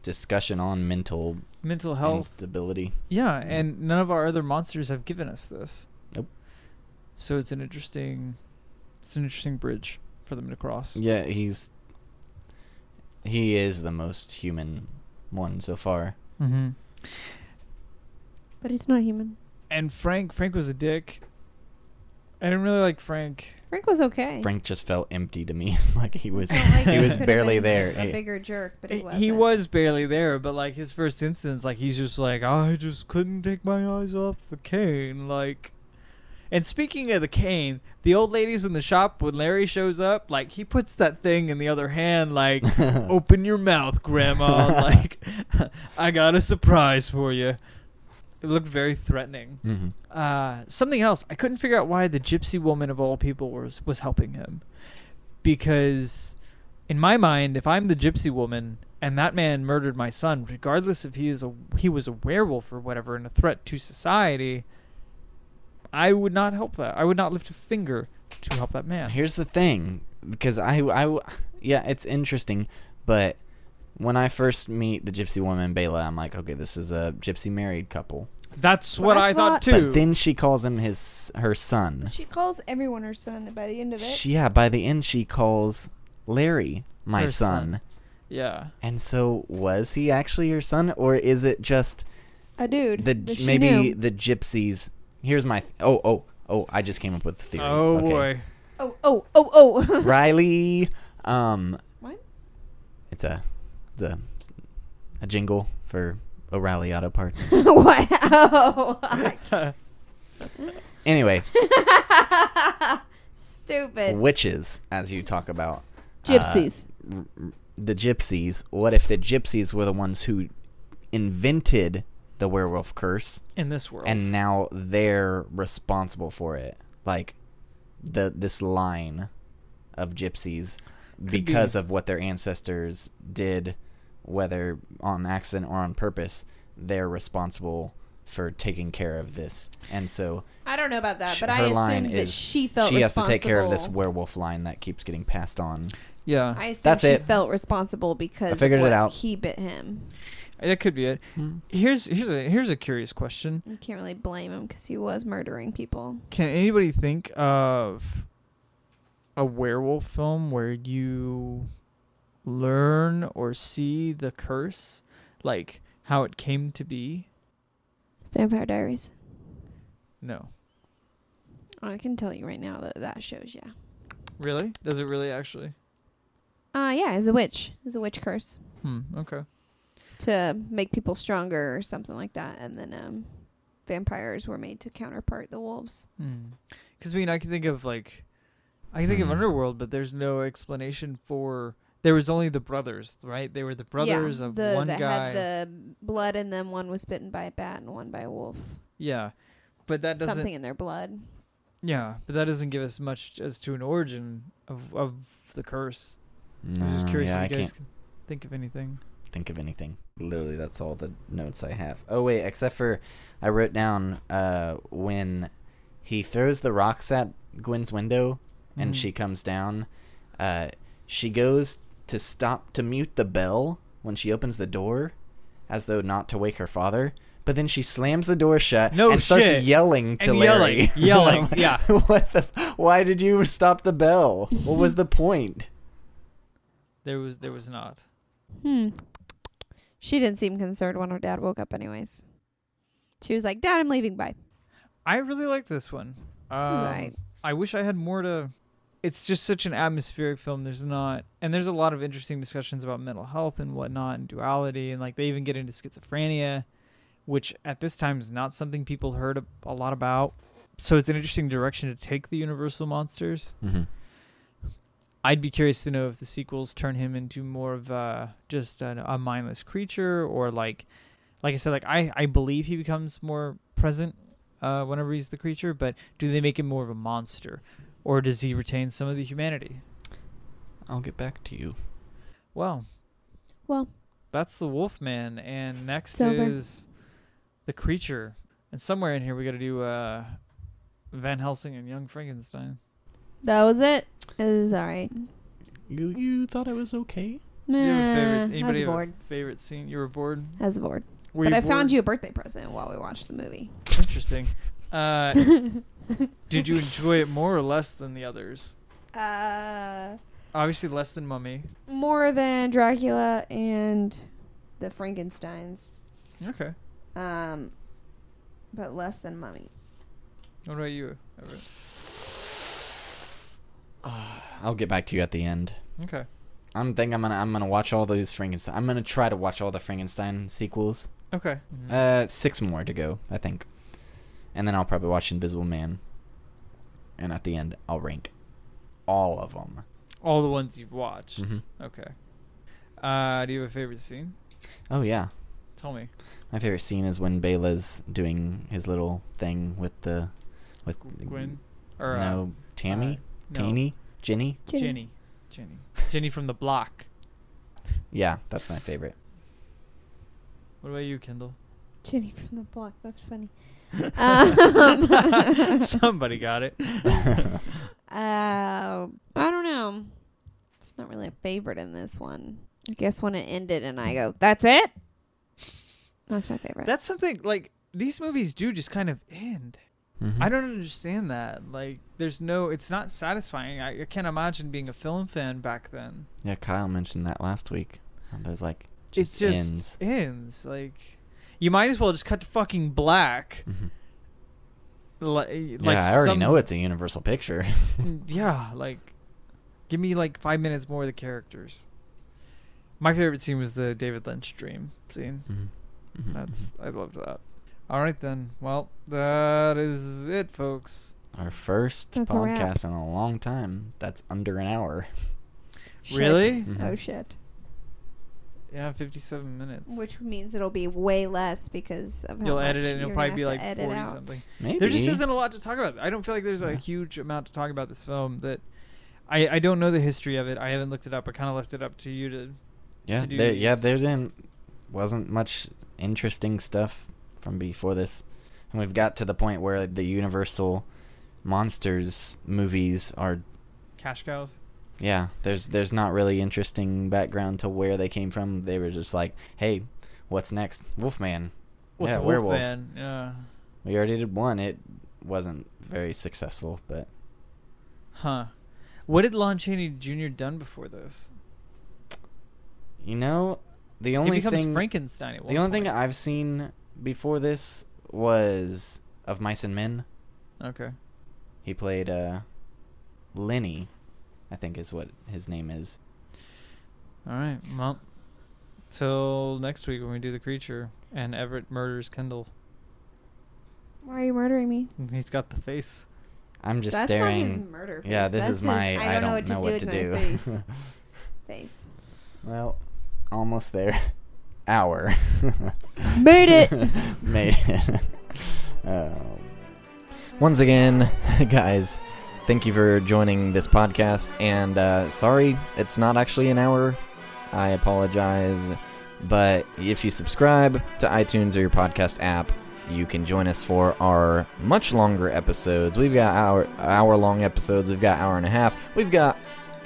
[SPEAKER 1] discussion on mental
[SPEAKER 2] mental health.
[SPEAKER 1] instability. Mm.
[SPEAKER 2] yeah, and none of our other monsters have given us this.
[SPEAKER 1] Nope.
[SPEAKER 2] So it's an interesting, it's an interesting bridge for them to cross.
[SPEAKER 1] Yeah, he's he is the most human one so far.
[SPEAKER 2] Mm-hmm.
[SPEAKER 3] But he's not human.
[SPEAKER 2] And Frank, Frank was a dick. I didn't really like Frank.
[SPEAKER 3] Frank was okay.
[SPEAKER 1] Frank just felt empty to me, like he was
[SPEAKER 3] I don't like
[SPEAKER 1] he
[SPEAKER 3] that
[SPEAKER 1] was
[SPEAKER 3] could have
[SPEAKER 1] barely
[SPEAKER 3] been
[SPEAKER 1] there.
[SPEAKER 3] A
[SPEAKER 1] He- Eh,
[SPEAKER 3] bigger jerk, but he
[SPEAKER 2] He-
[SPEAKER 3] wasn't.
[SPEAKER 2] He was barely there, but like his first instance, like he's just like, I just couldn't take my eyes off the cane. Like, and speaking of the cane, the old ladies in the shop when Larry shows up, like he puts that thing in the other hand, like, open your mouth, Grandma. like, I got a surprise for you. It looked very threatening.
[SPEAKER 1] Mhm.
[SPEAKER 2] Uh, something else, I couldn't figure out why the gypsy woman of all people was was helping him, because in my mind, if I'm the gypsy woman and that man murdered my son, regardless if he is a he was a werewolf or whatever and a threat to society, I would not help that. I would not lift a finger to help that man.
[SPEAKER 1] Here's the thing: because I, I, yeah, it's interesting, but when I first meet the gypsy woman Bela, I'm like, okay, this is a gypsy married couple.
[SPEAKER 2] That's
[SPEAKER 3] Well,
[SPEAKER 2] what
[SPEAKER 3] I
[SPEAKER 2] I thought
[SPEAKER 3] thought-
[SPEAKER 2] too.
[SPEAKER 1] But then she calls him his her son.
[SPEAKER 3] She calls everyone her son by the end of it.
[SPEAKER 1] She, yeah, by the end she calls Larry my
[SPEAKER 2] Her
[SPEAKER 1] son.
[SPEAKER 2] son. yeah.
[SPEAKER 1] And so was he actually her son or is it just
[SPEAKER 3] a dude.
[SPEAKER 1] the
[SPEAKER 3] that she
[SPEAKER 1] maybe
[SPEAKER 3] knew.
[SPEAKER 1] the gypsies Here's my oh oh oh I just came up with a theory.
[SPEAKER 2] Oh
[SPEAKER 1] Okay.
[SPEAKER 2] boy.
[SPEAKER 3] Oh, oh, oh, oh.
[SPEAKER 1] Riley um
[SPEAKER 3] What?
[SPEAKER 1] it's a it's a a jingle for O'Reilly Auto Parts.
[SPEAKER 4] wow.
[SPEAKER 3] Oh
[SPEAKER 1] anyway,
[SPEAKER 3] Stupid.
[SPEAKER 1] witches as you talk about uh,
[SPEAKER 4] Gypsies.
[SPEAKER 1] r- r- the gypsies. What if the gypsies were the ones who invented the werewolf curse
[SPEAKER 2] In this world.
[SPEAKER 1] and now they're responsible for it? Like the this line of gypsies because
[SPEAKER 2] be.
[SPEAKER 1] of what their ancestors did whether on accident or on purpose, they're responsible for taking care of this. And so
[SPEAKER 3] I don't know about that,
[SPEAKER 1] sh-
[SPEAKER 3] but
[SPEAKER 1] her
[SPEAKER 3] I
[SPEAKER 1] line
[SPEAKER 3] assumed that
[SPEAKER 1] is
[SPEAKER 3] she felt
[SPEAKER 1] she has to take care of this
[SPEAKER 3] responsible.
[SPEAKER 1] werewolf line that keeps getting passed on.
[SPEAKER 2] yeah.
[SPEAKER 3] I assumed
[SPEAKER 1] That's
[SPEAKER 3] she
[SPEAKER 1] it.
[SPEAKER 3] felt responsible because
[SPEAKER 1] I figured
[SPEAKER 3] of
[SPEAKER 1] it
[SPEAKER 3] what
[SPEAKER 1] out.
[SPEAKER 3] He bit him.
[SPEAKER 2] that could be it. Here's here's a here's a curious question.
[SPEAKER 3] You can't really blame him because he was murdering people.
[SPEAKER 2] Can anybody think of a werewolf film where you learn or see the curse, like how it came to be?
[SPEAKER 3] Vampire Diaries.
[SPEAKER 2] No.
[SPEAKER 3] I can tell you right now that that shows, yeah.
[SPEAKER 2] Really? Does it really actually?
[SPEAKER 3] Uh, yeah, it's a witch. It's a witch curse
[SPEAKER 2] Hmm. Okay.
[SPEAKER 3] to make people stronger or something like that. And then um, vampires were made to counterpart the wolves.
[SPEAKER 2] Hmm. Because I mean, I can think of like, I can think of
[SPEAKER 1] Hmm.
[SPEAKER 2] Underworld, but there's no explanation for. There was only the brothers, right? They were the brothers
[SPEAKER 3] yeah,
[SPEAKER 2] of
[SPEAKER 3] the,
[SPEAKER 2] one
[SPEAKER 3] that
[SPEAKER 2] guy.
[SPEAKER 3] had the blood in them. One was bitten by a bat and one by a wolf.
[SPEAKER 2] yeah, but that doesn't.
[SPEAKER 3] Something in their blood.
[SPEAKER 2] Yeah, but that doesn't give us much as to an origin of of the curse.
[SPEAKER 1] No,
[SPEAKER 2] I'm just curious
[SPEAKER 1] yeah,
[SPEAKER 2] if
[SPEAKER 1] I
[SPEAKER 2] you
[SPEAKER 1] can't
[SPEAKER 2] guys can think of anything.
[SPEAKER 1] think of anything. Literally, that's all the notes I have. Oh wait, except for I wrote down uh, when he throws the rocks at Gwen's window and
[SPEAKER 2] Mm.
[SPEAKER 1] she comes down. Uh, she goes to stop to mute the bell when she opens the door, as though not to wake her father. But then she slams the door shut
[SPEAKER 2] No
[SPEAKER 1] and starts
[SPEAKER 2] shit.
[SPEAKER 1] yelling to
[SPEAKER 2] And
[SPEAKER 1] Larry.
[SPEAKER 2] yelling, yelling, yeah.
[SPEAKER 1] what the? Why did you stop the bell? What was the point?
[SPEAKER 2] There was there was not.
[SPEAKER 3] Hmm. She didn't seem concerned when her dad woke up, anyways. She was like, Dad, I'm leaving. Bye.
[SPEAKER 2] I really like this one. Um,
[SPEAKER 3] It was alright.
[SPEAKER 2] I wish I had more to. It's just such an atmospheric film. There's not, and there's a lot of interesting discussions about mental health and whatnot, and duality, and like they even get into schizophrenia, which at this time is not something people heard a, a lot about. So it's an interesting direction to take the Universal monsters.
[SPEAKER 1] Mm-hmm.
[SPEAKER 2] I'd be curious to know if the sequels turn him into more of uh, just a, a mindless creature, or like, like I said, like I I believe he becomes more present uh, whenever he's the creature, but do they make him more of a monster, or does he retain some of the humanity?
[SPEAKER 1] I'll get back to you.
[SPEAKER 2] Well,
[SPEAKER 3] Well.
[SPEAKER 2] that's the Wolfman, and next
[SPEAKER 3] It's over.
[SPEAKER 2] is the creature, and somewhere in here we got to do uh, Van Helsing and Young Frankenstein.
[SPEAKER 3] That was it. It was all right.
[SPEAKER 1] You you thought I was okay?
[SPEAKER 2] Do you have a favorite?
[SPEAKER 3] Nah, I was
[SPEAKER 2] Anybody have
[SPEAKER 3] bored.
[SPEAKER 2] a favorite scene? You were bored.
[SPEAKER 3] I was bored.
[SPEAKER 2] Were
[SPEAKER 3] but
[SPEAKER 2] you
[SPEAKER 3] I found
[SPEAKER 2] bored?
[SPEAKER 3] you a birthday present while we watched the movie.
[SPEAKER 2] Interesting. Uh, did you enjoy it more or less than the others?
[SPEAKER 3] Uh,
[SPEAKER 2] Obviously, less than Mummy.
[SPEAKER 3] more than Dracula and the Frankenstein's,
[SPEAKER 2] Okay.
[SPEAKER 3] um, but less than Mummy.
[SPEAKER 2] What about you? Everett?
[SPEAKER 1] I'll get back to you at the end.
[SPEAKER 2] Okay.
[SPEAKER 1] I'm think I'm gonna I'm gonna watch all those Frankenstein. I'm gonna try to watch all the Frankenstein sequels.
[SPEAKER 2] Okay.
[SPEAKER 1] Uh, six more to go, I think, and then I'll probably watch Invisible Man. And at the end, I'll rank all of them.
[SPEAKER 2] All the ones you've watched.
[SPEAKER 1] Mhm.
[SPEAKER 2] Okay. Uh, do you have a favorite scene?
[SPEAKER 1] Oh yeah,
[SPEAKER 2] Tell me.
[SPEAKER 1] my favorite scene is when Bela's doing his little thing with the with
[SPEAKER 2] Gwen? Or, uh,
[SPEAKER 1] no Tammy,
[SPEAKER 2] no.
[SPEAKER 1] Tiny, Ginny.
[SPEAKER 2] Jenny. Jenny. Jenny from the block.
[SPEAKER 1] Yeah, that's my favorite.
[SPEAKER 2] What about you, Kendall?
[SPEAKER 3] Jenny from the block. That's funny. um,
[SPEAKER 2] Somebody got it.
[SPEAKER 3] Uh, I don't know. It's not really a favorite in this one. I guess when it ended, and I go, "That's it." That's my favorite.
[SPEAKER 2] That's something like these movies do just kind of end.
[SPEAKER 1] Mm-hmm.
[SPEAKER 2] I don't understand that. Like, there's no, it's not satisfying. I, I can't imagine being a film fan back then.
[SPEAKER 1] Yeah, Kyle mentioned that last week. There's like
[SPEAKER 2] it just ends. Like, you might as well just cut to fucking black.
[SPEAKER 1] Mhm.
[SPEAKER 2] Like, yeah,
[SPEAKER 1] yeah, I already know it's a universal picture.
[SPEAKER 2] yeah, like, give me like five minutes more of the characters. My favorite scene was the David Lynch dream scene.
[SPEAKER 1] Mhm. Mhm.
[SPEAKER 2] That's I loved that. All right then. Well, that is it, folks.
[SPEAKER 1] Mm-hmm. our first
[SPEAKER 4] That's a wrap.
[SPEAKER 1] podcast in a long time. That's under an hour.
[SPEAKER 3] Shit.
[SPEAKER 2] Really? Mm-hmm.
[SPEAKER 4] Oh
[SPEAKER 1] Mhm.
[SPEAKER 4] shit.
[SPEAKER 2] Yeah, 57 minutes.
[SPEAKER 3] Which means it'll be way less because of how
[SPEAKER 2] you'll
[SPEAKER 3] much
[SPEAKER 2] edit it and it'll
[SPEAKER 3] you're gonna
[SPEAKER 2] probably be
[SPEAKER 3] have
[SPEAKER 2] like
[SPEAKER 3] to edit
[SPEAKER 2] 40
[SPEAKER 3] out.
[SPEAKER 2] something.
[SPEAKER 1] Maybe
[SPEAKER 2] There just isn't a lot to talk about. I don't feel like there's a
[SPEAKER 1] Yeah.
[SPEAKER 2] huge amount to talk about this film that I I don't know the history of it. I haven't looked it up. I kind of left it up to you to
[SPEAKER 1] Yeah,
[SPEAKER 2] to do
[SPEAKER 1] there, yeah,
[SPEAKER 2] these.
[SPEAKER 1] there didn't wasn't much interesting stuff from before this, and we've got to the point where the Universal monsters movies are.
[SPEAKER 2] cash cows.
[SPEAKER 1] Yeah, there's there's not really interesting background to where they came from. They were just like, hey, what's next? Wolfman.
[SPEAKER 2] What's
[SPEAKER 1] yeah,
[SPEAKER 2] a
[SPEAKER 1] werewolf.
[SPEAKER 2] werewolf? Man? Yeah.
[SPEAKER 1] We already did one. It wasn't very successful, but
[SPEAKER 2] Huh. What had Lon Chaney Jr. done before this?
[SPEAKER 1] you know, the
[SPEAKER 2] he
[SPEAKER 1] only
[SPEAKER 2] becomes
[SPEAKER 1] thing
[SPEAKER 2] Frankenstein. At one
[SPEAKER 1] the only thing
[SPEAKER 2] point.
[SPEAKER 1] I've seen before this was of Mice and Men.
[SPEAKER 2] okay.
[SPEAKER 1] He played uh, Lenny, I think is what his name is.
[SPEAKER 2] All right. Well, till next week when we do the creature and Everett murders Kendall.
[SPEAKER 3] Why are you murdering me?
[SPEAKER 2] He's got the face.
[SPEAKER 1] I'm just
[SPEAKER 3] That's
[SPEAKER 1] staring.
[SPEAKER 3] not his murder face.
[SPEAKER 1] yeah, this
[SPEAKER 3] That's
[SPEAKER 1] is my.
[SPEAKER 3] His,
[SPEAKER 1] I don't know what to
[SPEAKER 3] with
[SPEAKER 1] do.
[SPEAKER 3] my face. face.
[SPEAKER 1] well, almost there. Hour.
[SPEAKER 3] Made it.
[SPEAKER 1] Made it. Um, Once again, guys, thank you for joining this podcast. And uh, sorry, it's not actually an hour. I apologize. But if you subscribe to iTunes or your podcast app, you can join us for our much longer episodes. We've got hour hour long episodes. We've got hour and a half. We've got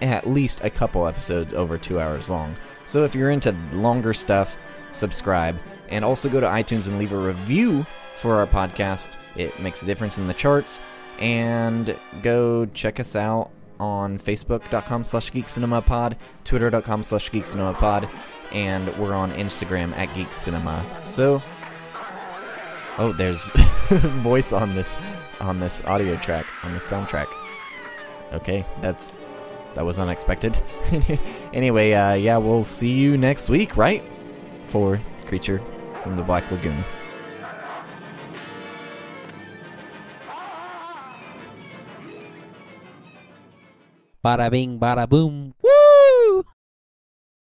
[SPEAKER 1] at least a couple episodes over two hours long. So if you're into longer stuff, subscribe and also go to iTunes and leave a review for our podcast. It makes a difference in the charts. And go check us out on facebook.com slash geekcinemapod, twitter.com slash geekcinemapod, and we're on Instagram at geekcinema. So, oh, there's voice on this, on this audio track, on the soundtrack. Okay, that's, that was unexpected. anyway, uh, yeah, we'll see you next week, right? For Creature from the Black Lagoon.
[SPEAKER 5] Bada bing, bada boom.